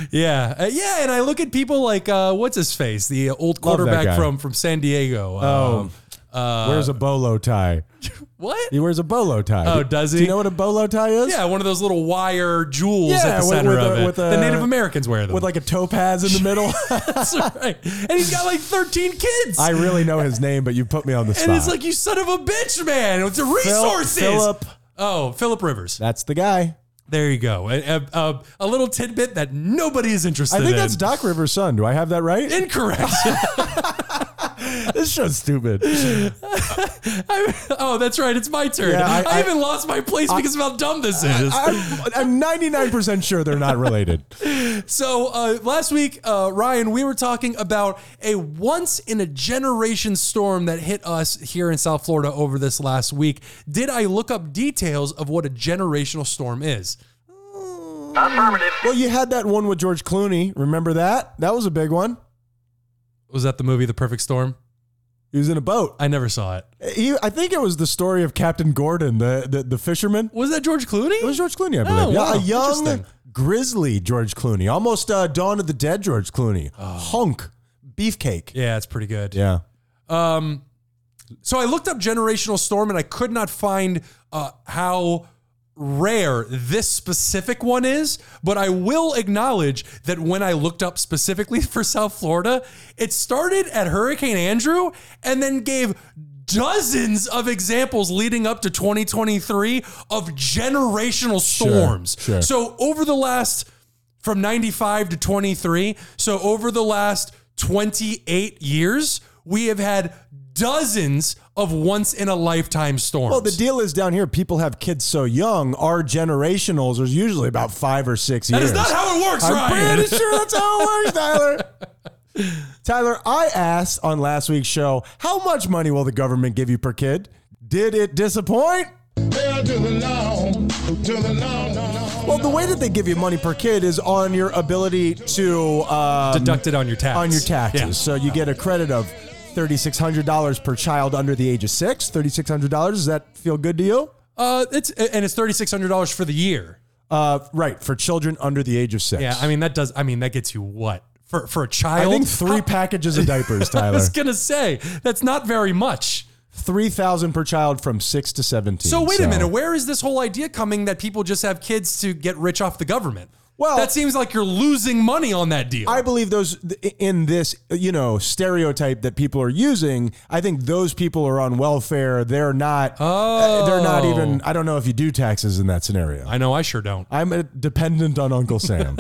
Yeah. Uh, yeah. And I look at people like, uh, what's his face? The uh, old Love that guy. Oh. quarterback from, from San Diego. Um, wears a bolo tie. what? He wears a bolo tie. Oh, does Do he? you know what a bolo tie is? Yeah, one of those little wire jewels Yeah, at the with- center with of a- it. with a- the Native Americans wear them. With like a topaz in the middle. That's right. And he's got like 13 kids. I really know his name, but you put me on the spot. and it's like, you son of a bitch, man. It's the Phil- resources. Philip. Oh, Philip Rivers. That's the guy. There you go. A, a, a, a little tidbit that nobody is interested I in. think that's Doc Rivers' son. Do I have that right? incorrect. This show's stupid. I- oh, that's right. It's my turn. Yeah, I- I, I- even lost my place because of how dumb this is. I'm, I'm 99% sure they're not related. So uh, last week, uh, Ryan, we were talking about a once in a generation storm that hit us here in South Florida over this last week. Did I look up details of what a generational storm is? Well, you had that one with George Clooney. Remember that? That was a big one. Was that the movie The Perfect Storm? He was in a boat. I never saw it. He, I think it was the story of Captain Gordon, the, the, the fisherman. Was that George Clooney? It was George Clooney, I believe. Oh, wow. yeah, a young, Interesting. grizzly George Clooney, almost uh, Dawn of the Dead George Clooney, hunk, beefcake. Oh. yeah, it's pretty good. Yeah, Um, so I looked up generational storm and I could not find uh, how rare this specific one is, but I will acknowledge that when I looked up specifically for South Florida, it started at Hurricane Andrew and then gave dozens of examples leading up to 2023 of generational storms. sure. So over the last from 95 to 23. So over the last 28 years, we have had dozens of once in a lifetime storms. Well, the deal is down here, people have kids so young. Our generationals are usually about five or six that years. is not how it works, I'm Ryan. pretty sure that's how it works, Tyler. Tyler, I asked on last week's show, how much money will the government give you per kid? Did it disappoint? Well, to the law, to the law, no, no. Well, the way that they give you money per kid is on your ability to um, Deducted on your tax. on your taxes. Yeah. So you get a credit of $3,600 per child under the age of six. $3,600, does that feel good to you? Uh, it's and it's thirty six hundred dollars for the year. Uh, right, for children under the age of six. Yeah, I mean that does. I mean that gets you what for for a I child? think three packages of diapers, I Tyler. was gonna say that's not very much. 3000 per child from 6 to 17. So wait a minute, where is this whole idea coming that people just have kids to get rich off the government? Well- that seems like you're losing money on that deal. Oh. I believe those in this, you know, stereotype that people are using. I think those people are on welfare. They're not. uh, Oh. they're not even. I don't know if you do taxes in that scenario. I know I sure don't. I'm a dependent on Uncle Sam,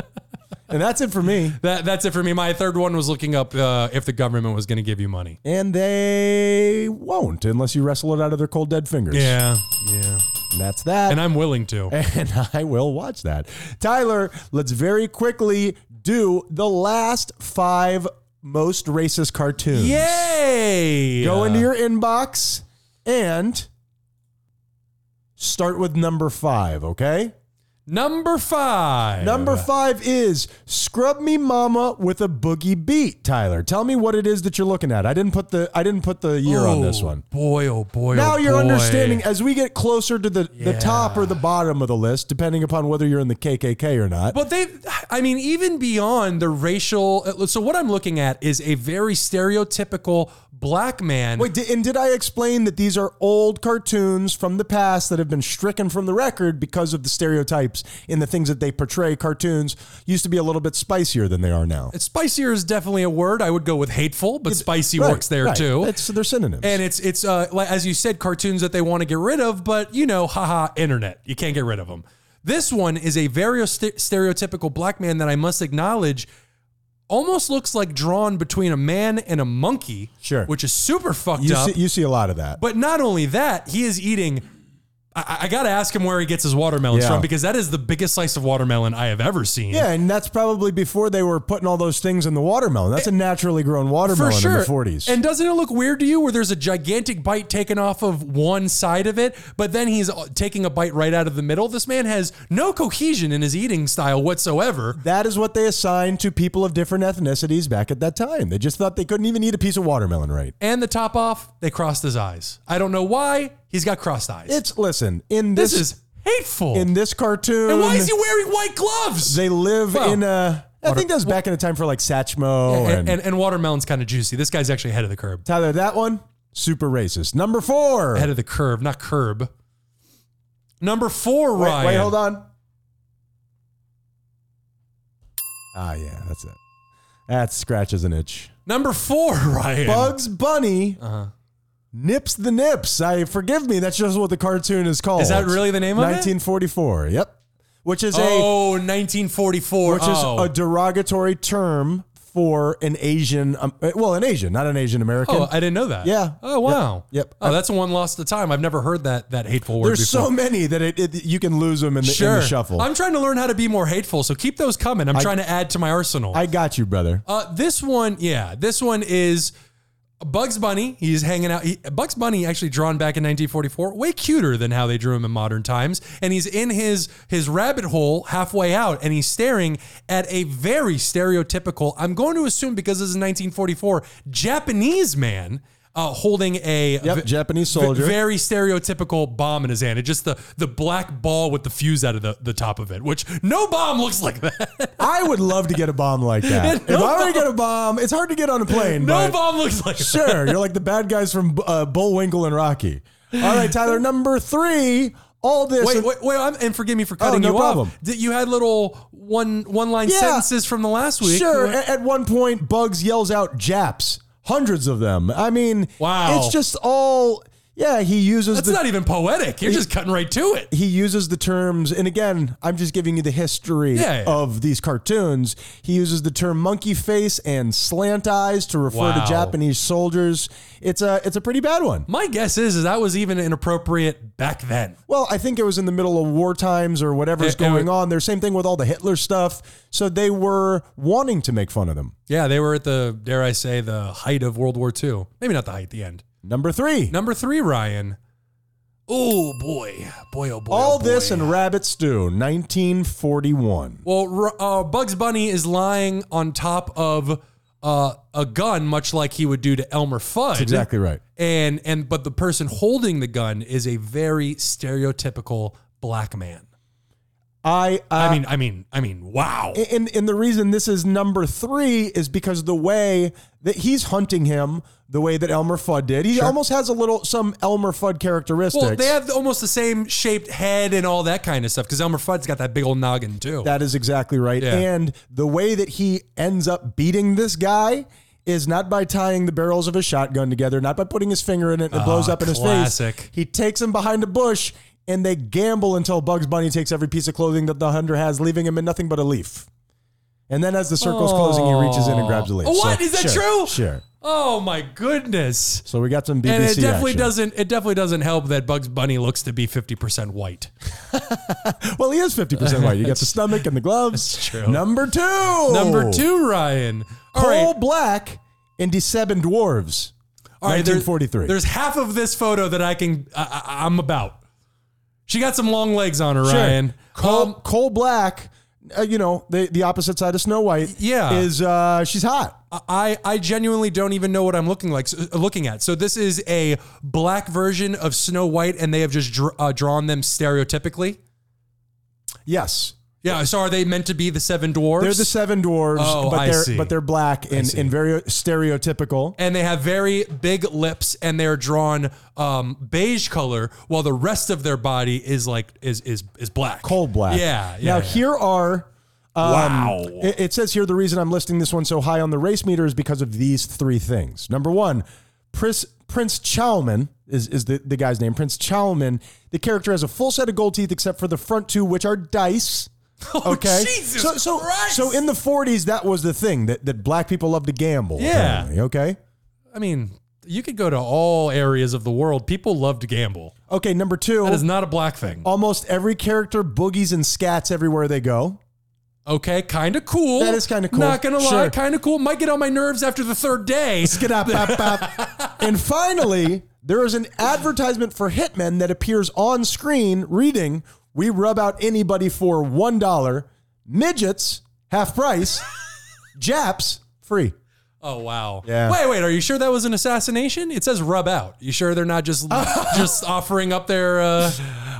and that's it for me. That, that's it for me. My third one was looking up uh, if the government was going to give you money. And they won't unless you wrestle it out of their cold dead fingers. Yeah, yeah. And that's that. And I'm willing to. and I will watch that. Tyler, let's very quickly do the last five most racist cartoons. Yay! Go into your inbox and start with number five, okay? number five. Number five is Scrub Me Mama with a Boogie Beat, Tyler. Tell me what it is that you're looking at. I didn't put the I didn't put the year on this Oh, one. Boy, oh boy. Now oh you're boy. understanding as we get closer to the, the Yeah. top or the bottom of the list, depending upon whether you're in the KKK or not. But they, I mean, even beyond the racial. uh, So what I'm looking at is a very stereotypical black man. Wait, di- and did I explain that these are old cartoons from the past that have been stricken from the record because of the stereotypes and the things that they portray? Cartoons used to be a little bit spicier than they are now. spicier is definitely a word. I would go with hateful, but spicy Right, works there right. too. It's they're synonyms. and it's it's uh, like, as you said, cartoons that they want to get rid of, but you know, haha, internet, you can't get rid of them. This one is a very st- stereotypical black man that I must acknowledge almost looks like drawn between a man and a monkey. Sure. which is super fucked you up. see, you see a lot of that. But not only that, he is eating. I, I got to ask him where he gets his watermelons Yeah. from because that is the biggest slice of watermelon I have ever seen. yeah, and that's probably before they were putting all those things in the watermelon. That's a naturally grown Eh, For watermelon sure. in the 40s. And doesn't it look weird to you where there's a gigantic bite taken off of one side of it, but then he's uh, taking a bite right out of the middle? This man has no cohesion in his eating style whatsoever. that is what they assigned to people of different ethnicities back at that time. They just thought they couldn't even eat a piece of watermelon right. And the top off, they crossed his eyes. I don't know why he's got crossed eyes. It's listen, in this, this is hateful. in this cartoon and why is he wearing white gloves? They live Well, in a. I think that was back in the time for like Satchmo and, and, and, and watermelon's kind of juicy. This guy's actually ahead of the curb. Tyler. That one super racist. Number four. Ahead of the curve, not curb. Number four, wait, Ryan. wait, hold on. Ah, yeah, that's it. That scratches an itch. Number four, Ryan. Bugs Bunny Uh-huh. nips the nips. I forgive me. That's just what the cartoon is called. Is that really the name of it? 1944. Yep. Which is a oh, 1944. which oh. is a derogatory term for an Asian. Um, well, an Asian, not an Asian American. Oh, I didn't know that. Yeah. Oh, wow. Yep. Yep. Oh, that's one lost to time. I've never heard that that hateful word There's before. so many that it, it you can lose them in the, in sure. the shuffle. i I'm trying to learn how to be more hateful, so keep those coming. I'm trying to add to my arsenal. got you, brother. uh, this one, yeah, this one is Bugs Bunny. He's hanging out. He, Bugs Bunny actually drawn back in 1944, way cuter than how they drew him in modern times. And he's in his his rabbit hole halfway out, and he's staring at a very stereotypical. I'm going to assume because this is 1944, Japanese man. Uh, holding a Yep, ve- Japanese soldier. ve- very stereotypical bomb in his hand. It's just the the black ball with the fuse out of the, the top of it, which no bomb looks like that. I would love to get a bomb like that. No if I were to bomb. get a bomb, it's hard to get on a plane. no but bomb looks like that. Sure, you're like the bad guys from uh, Bullwinkle and Rocky. All right, Tyler, number three. All this. Wait, wait, wait! I'm, and forgive me for cutting Oh, no you problem. off. Did- You had little one one line Yeah. sentences from the last week. Sure. a- At one point, Bugs yells out Japs, hundreds of them. I mean, Wow. It's just all. yeah, he uses That's the not even poetic. You're just cutting right to it. he uses the terms, and again, I'm just giving you the history Yeah, yeah. of these cartoons. He uses the term monkey face and slant eyes to refer Wow. to Japanese soldiers. It's a it's a pretty bad one. My guess is, is that was even inappropriate back then. Well, I think it was in the middle of war times or whatever's It- it wa- going on. Their same thing with all the Hitler stuff. So they were wanting to make fun of them. Yeah, they were at the, dare I say, the height of World War II. Maybe not the height, the end. Number three. Number three, Ryan. Oh boy, boy, oh boy. all oh, boy. this and Rabbit Stew, 1941. well, R- uh, Bugs Bunny is lying on top of uh, a gun, much like he would do to Elmer Fudd. Exactly right. And and but the person holding the gun is a very stereotypical black man. I uh, I mean, I mean, I mean, wow. and and the reason this is number three is because the way that he's hunting him, the way that Elmer Fudd did, he almost has a little some Elmer Fudd characteristics. Well, they have almost the same shaped head and all that kind of stuff because Elmer Fudd's got that big old noggin too. that is exactly right. Yeah. And the way that he ends up beating this guy is not by tying the barrels of his shotgun together, not by putting his finger in it and it blows up in his Ah, classic. face. He takes him behind a bush and they gamble until Bugs Bunny takes every piece of clothing that the hunter has, leaving him in nothing but a leaf. And then as the circle's closing, he reaches in and grabs a leaf. Oh, what? Is that sure, true? Sure. oh my goodness. So we got some BBC and it definitely action. doesn't it definitely doesn't help that Bugs Bunny looks to be 50% white. Well, he is fifty percent white. You got the stomach and the gloves. That's true. Number two. Number 2 Ryan. All Coal right. black and the seven dwarves. All right, there- 1943. There's, half of this photo that I can I, I, I'm about. She got some long legs on her, Sure. Ryan. Coal, Um, coal black. uh, you know the the opposite side of Snow White. Yeah. Is uh she's hot. I I genuinely don't even know what I'm looking like uh, looking at. So this is a black version of Snow White and they have just dr- uh, drawn them stereotypically. Yes. Yeah, so are they meant to be the seven dwarves? They're the seven dwarves, Oh, but I they're see. but they're black and, and very stereotypical. and they have very big lips and they're drawn um, beige color while the rest of their body is like is is is black Coal black. yeah, yeah Now yeah. here are um, Wow. It, it says here the reason I'm listing this one so high on the race meter is because of these three things. Number one, Prince Prince Chowman is, is the, the guy's name. Prince Chowman. The character has a full set of gold teeth except for the front two, which are dice. Okay. Oh, Jesus so so Christ. so in the 40s, that was the thing that, that black people love to gamble. Yeah. apparently, Okay. i mean you could go to all areas of the world people love to gamble Okay. Number two, that is not a black thing almost every character boogies and scats everywhere they go. okay kind of cool That is kinda cool. not gonna lie Sure. kind of cool might get on my nerves after the third day Skid up, up, up. And finally, there is an advertisement for Hitmen that appears on screen reading, We rub out anybody for $1, midgets, half price, Japs, free. oh wow Yeah. wait wait are you sure that was an assassination it says rub out you sure they're not just just offering up their uh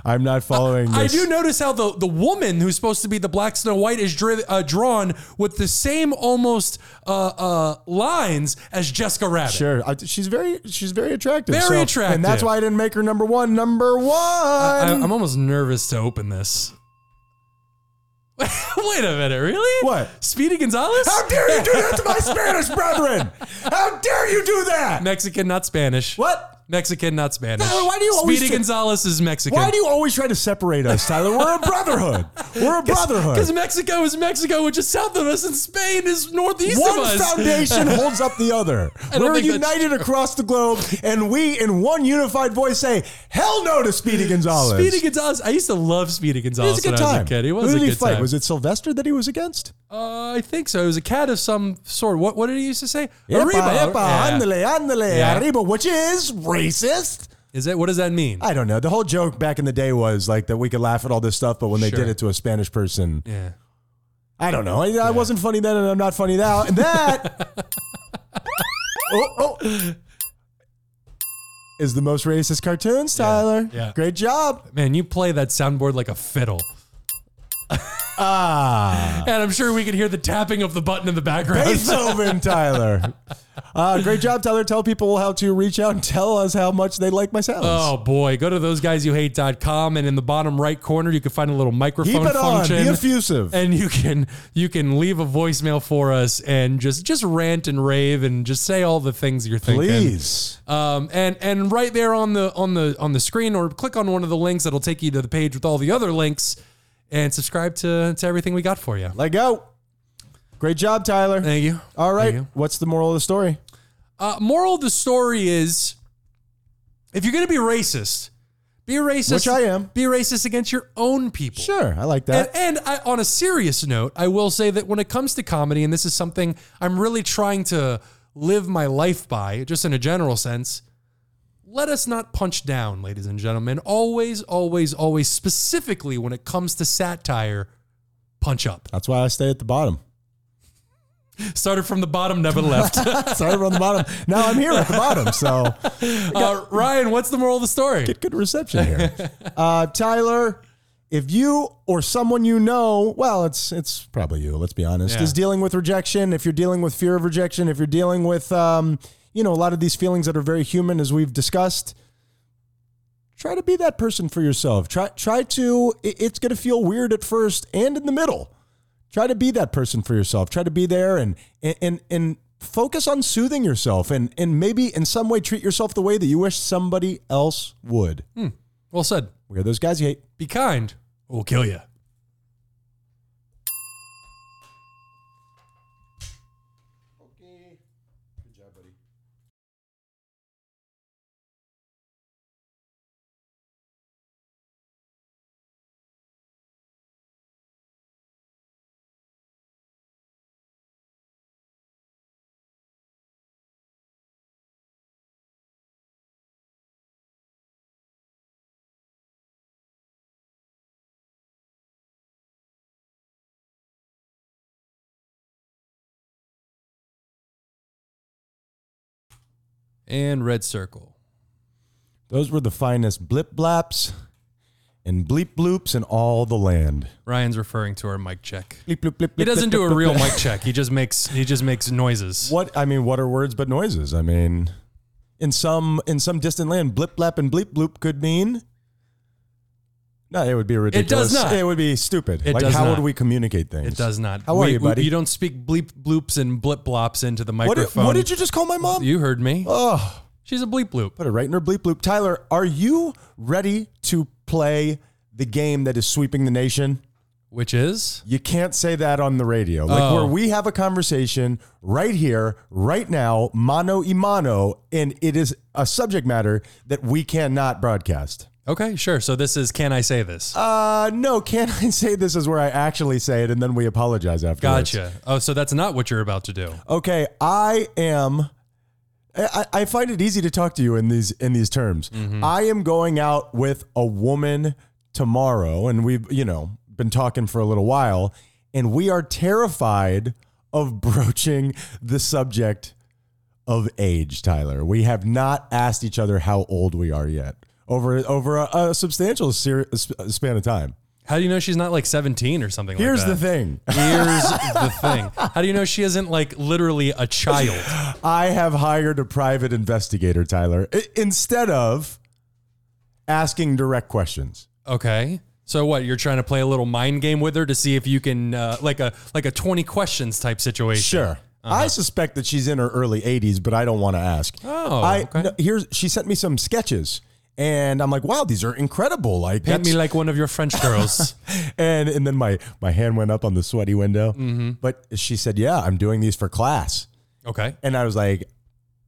I'm not following I this. do notice how the, the woman who's supposed to be the black Snow White is dri- uh, drawn with the same almost uh, uh, lines as Jessica Rabbit. Sure, I, she's very she's very attractive. Very attractive. and that's why I didn't make her number one. Number one. I, Um, I'm almost nervous to open this. Wait a minute, really? What? Speedy Gonzalez? How dare you do that to my Spanish brethren? How dare you do that? Mexican, not Spanish. What? Mexican, not Spanish. Tyler, why do you always Speedy do- Gonzalez is Mexican. Why do you always try to separate us, Tyler? We're a brotherhood. We're a brotherhood. Because Mexico is Mexico, which is south of us, and Spain is northeast one of us. foundation holds up the other. don't We're think that's united across the globe, and we, in one unified voice, say, "Hell no to Speedy Gonzalez." Speedy Gonzalez. I used to love Speedy It was Gonzalez a good when I time. was a kid. He was Who a did good he fight? time. Was it Sylvester that he was against? Uh, I think so. It was a cat of some sort. What what did he used to say? Epa, Arriba. epa, Yeah. andale, andale, Yeah. arriba, which is racist. Is it? What does that mean? I don't know. The whole joke back in the day was like that we could laugh at all this stuff, but when they Sure. did it to a Spanish person, yeah. I don't know. I, I wasn't funny then, and I'm not funny now. And that oh, oh, is the most racist cartoons, Tyler. yeah. Great job. Man, you play that soundboard like a fiddle. Ah, and I'm sure we could hear the tapping of the button in the background. Beethoven, Tyler. Uh, great job, Tyler. Tell people how to reach out and tell us how much they like my sounds. Oh boy, go to thoseguysyouhate.com and in the bottom right corner you can find a little microphone Keep it on. function. Be effusive. and you can you can leave a voicemail for us and just just rant and rave and just say all the things you're thinking. Please. Um, and and right there on the on the on the screen, or click on one of the links that'll take you to the page with all the other links, and subscribe to to everything we got for you. Let go. Great job, Tyler. Thank you. All right. Thank you. What's the moral of the story? Uh, moral of the story is, if you're gonna be racist, be racist. Which I am. Be racist against your own people. Sure. I like that. And, and I, on a serious note, I will say that when it comes to comedy, and this is something I'm really trying to live my life by, just in a general sense, let us not punch down, ladies and gentlemen. Always, always, always, specifically when it comes to satire, punch up. That's why I stay at the bottom. Started from the bottom, never left. Started on the bottom. Now I'm here at the bottom. So Uh, Ryan, what's the moral of the story? get good reception here. Uh, Tyler, if you or someone you know, well, it's it's probably you. Let's be honest, Yeah. is dealing with rejection. If you're dealing with fear of rejection, if you're dealing with um, you know a lot of these feelings that are very human, as we've discussed. Try to be that person for yourself. Try try to. it- It's gonna feel weird at first and in the middle. Try to be that person for yourself. Try to be there and and and. and Focus on soothing yourself and, and maybe in some way treat yourself the way that you wish somebody else would. Well said. We are those guys you hate. Be kind, or we'll kill you. And red circle. Those were the finest blip blaps and bleep bloops in all the land. Ryan's referring to our mic check. Bleep bloop blip. He blip, doesn't blip, do blip, a blip, real blip. mic check. He just makes he just makes noises. What I mean, what are words but noises? I mean, in some in some distant land, blip blap and bleep bloop could mean. No, it would be ridiculous. not. It would be stupid. It like, does how not. would we communicate things? It does not. How are you, buddy? you don't speak bleep bloops and blip blops into the What did, microphone. what did you just call my mom? You heard me. oh, She's a bleep bloop. put it right in her bleep bloop. Tyler, are you ready to play the game that is sweeping the nation? Which is You can't say that on the radio. Like Oh. where we have a conversation right here, right now, mano y mano, and it is a subject matter that we cannot broadcast. okay, sure. So this is can I say this? Uh, no, can I say this is where I actually say it, and then we apologize afterwards. gotcha. Oh, so that's not what you're about to do. Okay, I am. I, I find it easy to talk to you in these in these terms. I am going out with a woman tomorrow, and we've you know been talking for a little while, and we are terrified of broaching the subject of age. Tyler, we have not asked each other how old we are yet over over a, a substantial ser- sp- span of time. How do you know she's not like 17 or something Here's like the that? thing. Here's the thing. How do you know she isn't like literally a child? I have hired a private investigator, Tyler, I- instead of asking direct questions. Okay. So what? You're trying to play a little mind game with her to see if you can uh, like a like a 20 questions type situation. Uh-huh. I suspect that she's in her early 80s, but I don't want to ask. Oh, I, okay. no, here's she sent me some sketches, and I'm like, wow, these are incredible. Like, Paint that's- me like one of your French girls. and and then my my hand went up on the sweaty window. Mm-hmm. But she said, yeah, I'm doing these for class, Okay. and I was like,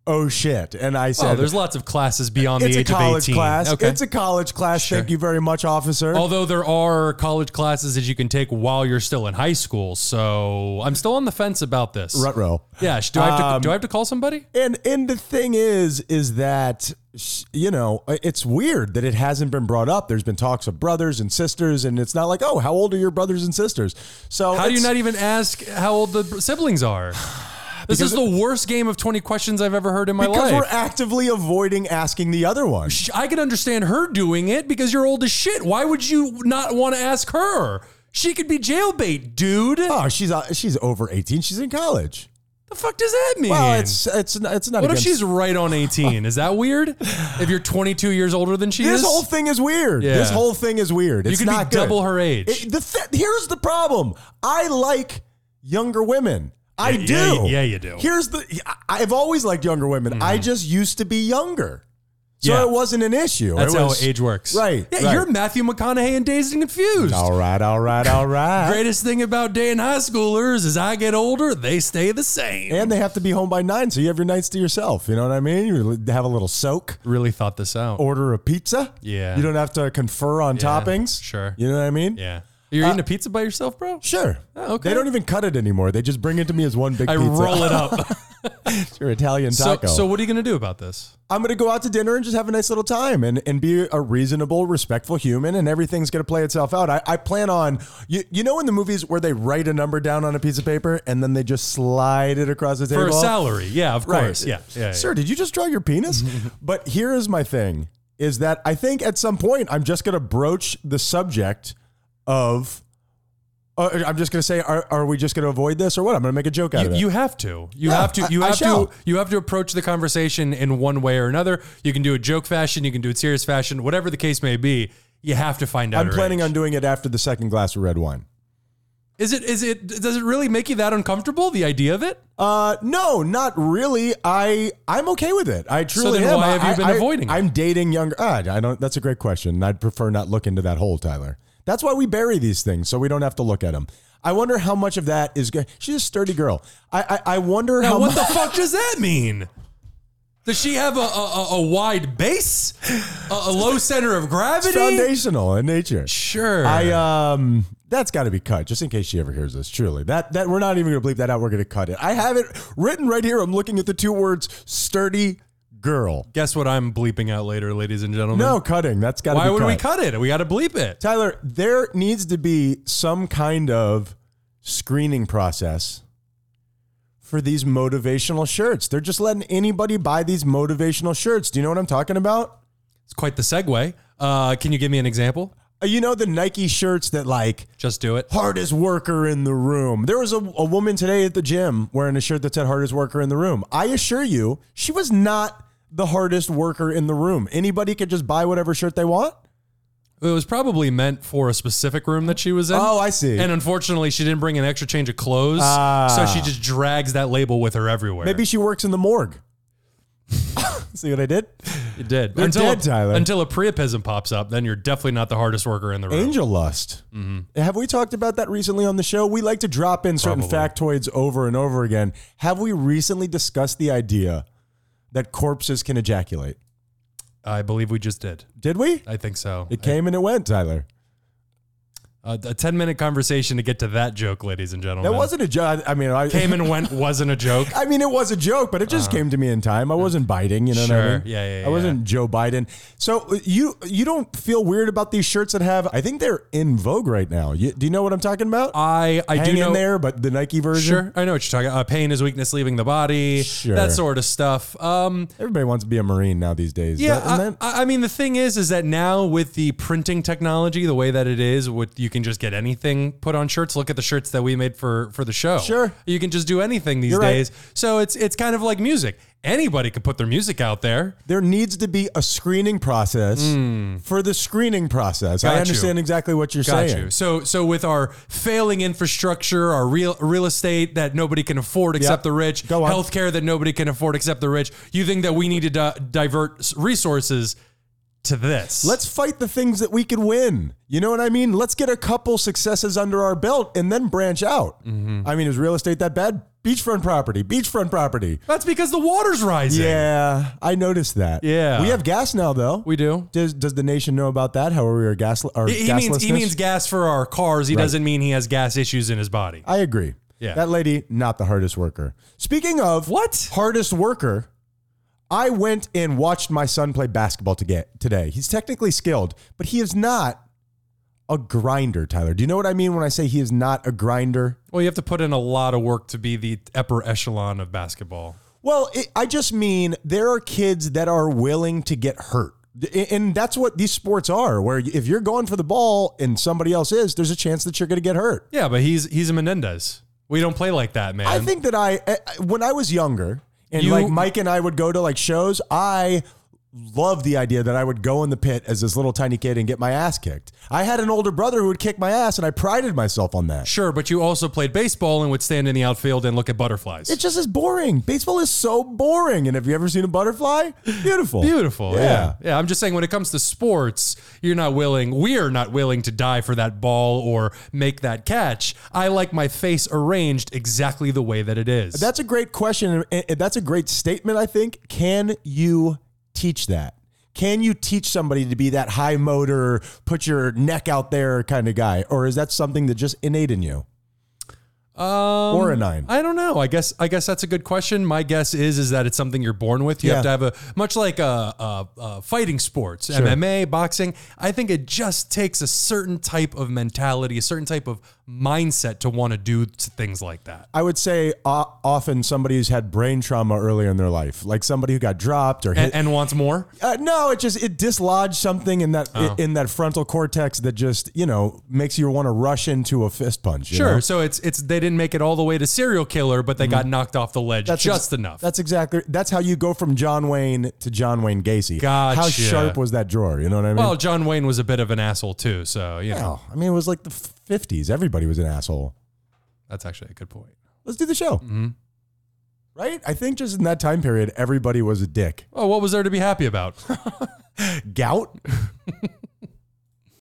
oh shit. And I said, Oh, there's lots of classes beyond it's the a age of college 18. class. Okay. It's a college class. Thank you very much, officer. Although there are college classes that you can take while you're still in high school, so I'm still on the fence about this. Rut row. Yeah, sh- do I have to Um, do I have to call somebody? And and the thing is, is that sh- you know it's weird that it hasn't been brought up. There's been talks of brothers and sisters, and it's not like, oh, how old are your brothers and sisters? So How do you it's- not even ask how old the br- siblings are? This is the worst game of 20 questions I've ever heard in my Because life. we're actively avoiding asking the other one. Sh- I can understand her doing it because you're old as shit. Why would you not want to ask her? She could be jailbait, dude. Oh, she's uh, she's over eighteen. She's in college. The fuck does that mean? Well, it's it's it's not. what if against- she's right on 18? Is that weird? If you're 22 years older than she This is? whole thing is weird. Yeah. This whole thing is weird. It's you could not be good. double her age. It- the th- here's the problem. I like younger women. I Yeah, do. yeah, you- yeah, you do. Mm-hmm. Here's the. I- I've always liked younger women. I just used to be younger, so Yeah. it wasn't an issue. That's It how was- age works. Right, Yeah, right. you're Matthew McConaughey and Dazed and Confused. All right, all right, all right. Greatest thing about day and high schoolers is I get older, they stay the same. And they have to be home by nine, so you have your nights to yourself. You know what I mean? You have a little soak, really thought this out. order a pizza. Yeah. You don't have to confer on toppings. sure. You know what I mean? yeah. Uh, You're eating a pizza by yourself, bro? Sure. Oh, okay. They don't even cut it anymore. They just bring it to me as one big I pizza. roll it up. It's your Italian so, taco. so what are you going to do about this? I'm going to go out to dinner and just have a nice little time and, and be a reasonable, respectful human, and everything's going to play itself out. I, I plan on, you, you know, in the movies where they write a number down on a piece of paper and then they just slide it across the For table? a salary. Yeah, of course. Yeah. yeah, yeah. Sir, did you just draw your penis? but here is my thing is that I think at some point I'm just going to broach the subject of. Uh, I'm just going to say, are, are we just going to avoid this or what? I'm going to make a joke out You, of it. you have to. You Yeah, have to. I- You I have to. shall. You have to approach the conversation in one way or another. You can do it joke fashion. You can do it serious fashion. Whatever the case may be, you have to find out. I'm her planning age. on doing it after the second glass of red wine. Is it? Is it? Does it really make you that uncomfortable? The idea of it. Uh, no, not really. I I'm okay with it. I truly then am. why have you I- been I- avoiding it? I'm dating younger. ah, I don't. That's a great question. I'd prefer not look into that hole, Tyler. That's why we bury these things so we don't have to look at them. I wonder how much of that is good. She's a sturdy girl. I I, I wonder how Now, what much. the fuck does that mean? Does she have a a, a, a wide base, a, a low center of gravity? foundational in nature. Sure. I um that's got to be cut just in case she ever hears this. Truly, that that we're not even going to bleep that out. We're going to cut it. I have it written right here. I'm looking at the two words sturdy girl. Guess what? I'm bleeping out later, ladies and gentlemen. No cutting. That's got to be Why cut. would we cut it? We got to bleep it. Tyler, there needs to be some kind of screening process for these motivational shirts. They're just letting anybody buy these motivational shirts. Do you know what I'm talking about? It's quite the segue. Uh, can you give me an example? Uh, You know the Nike shirts that like Just do it. hardest worker in the room. There was a, a woman today at the gym wearing a shirt that said hardest worker in the room. I assure you, she was not the hardest worker in the room. Anybody could just buy whatever shirt they want. It was probably meant for a specific room that she was in. Oh, I see. Ah. And unfortunately, she didn't bring an extra change of clothes, so she just drags that label with her everywhere. Maybe she works in the morgue. See what I did? it did. They're Until dead, a, Tyler. Until a priapism pops up, then you're definitely not the hardest worker in the room. Angel lust. Mm-hmm. Have we talked about that recently on the show? We like to drop in certain factoids over and over again. Have we recently discussed the idea that corpses can ejaculate? I believe we just did. Did we? I Oh, think so. Uh, It came and it went, Tyler. A, a ten minute conversation to get to that joke, ladies and gentlemen. That wasn't a joke. I mean, I came and went. Wasn't a joke. I mean, it was a joke, but it just came to me in time. I wasn't biting, you know what I Sure. mean? Yeah, yeah, yeah. I wasn't Joe Biden. So uh, you you don't feel weird about these shirts that have? I think they're in vogue right now. You, do you know what I'm talking about? I I Hang do in know. there, but the Nike version. Sure, I know what you're talking. Uh, pain is weakness leaving the body. Sure. That sort of stuff. Um, Everybody wants to be a Marine now these days. Yeah, That- and I, that- I I mean the thing is, is that now with the printing technology, the way that it is, with you can just get anything put on shirts. Look at the shirts that we made for for the show. Sure. you can just do anything these You're right. days. So it's it's kind of like music. Anybody could put their music out there. there needs to be a screening process for the screening process. Hmm. Got I you. understand exactly what you're Got saying. you. So so with our failing infrastructure, our real real estate that nobody can afford except the rich, Go on. healthcare that nobody can afford except the rich. You think that we need to di- divert s- resources to this? Let's fight the things that we could win. You know what I mean? Let's get a couple successes under our belt and then branch out. Mm-hmm. I mean, is real estate that bad? Beachfront property, beachfront property. That's because the water's rising. Yeah, I noticed that. Yeah. we have gas now, though. We do. does, does the nation know about that? How are we are gas? Our He, he means he gaslessness? means gas for our cars. He doesn't mean he has gas issues in his body. I agree. Yeah. That lady, not the hardest worker. Speaking of What? hardest worker, I went and watched my son play basketball to get today. He's technically skilled, but he is not a grinder, Tyler. Do you know what I mean when I say he is not a grinder? Well, you have to put in a lot of work to be the upper echelon of basketball. Well, it, I just mean there are kids that are willing to get hurt. A- And that's what these sports are, where if you're going for the ball and somebody else is, there's a chance that you're going to get hurt. Yeah, but he's he's a Menendez. We don't play like that, man. I think that I, I- when I was younger, and You- like Mike and I would go to like shows, I loved the idea that I would go in the pit as this little tiny kid and get my ass kicked. I had an older brother who would kick my ass, and I prided myself on that. sure, but you also played baseball and would stand in the outfield and look at butterflies. It's just as boring. Baseball is so boring. And have you ever seen a butterfly? Beautiful. Beautiful. Yeah. Yeah. yeah. I'm just saying when it comes to sports, you're not willing, we're not willing to die for that ball or make that catch. I like my face arranged exactly the way that it is. That's a great question. and- And that's a great statement, I think. Can you teach that? Can you teach somebody to be that high motor, put your neck out there kind of guy? Or is that something that just innate in you? um, or a nine? I don't know. I guess I guess that's a good question. My guess is is that it's something you're born with. You have to Yeah. have a much like uh uh uh fighting sports, MMA, boxing. I think it just takes a certain type of mentality, a certain type of mindset to want to do t- things like that. I would say uh, often somebody who's had brain trauma earlier in their life, like somebody who got dropped or hit. And, and wants more. uh, no, it just it dislodged something in that Oh. in that frontal cortex that just you know makes you want to rush into a fist punch. you Sure. know? So it's it's they didn't make it all the way to serial killer, but they got knocked off the ledge just ex- enough. Mm-hmm. That's exactly. That's how you go from John Wayne to John Wayne Gacy. Gotcha. How sharp was that drawer? You know what I mean? well, John Wayne was a bit of an asshole too, so you know Wow. I mean, it was like the fifties. Everybody was an asshole. that's actually a good point. Let's do the show. Mm-hmm. Right? I think just in that time period, everybody was a dick. Oh, what was there to be happy about? Gout.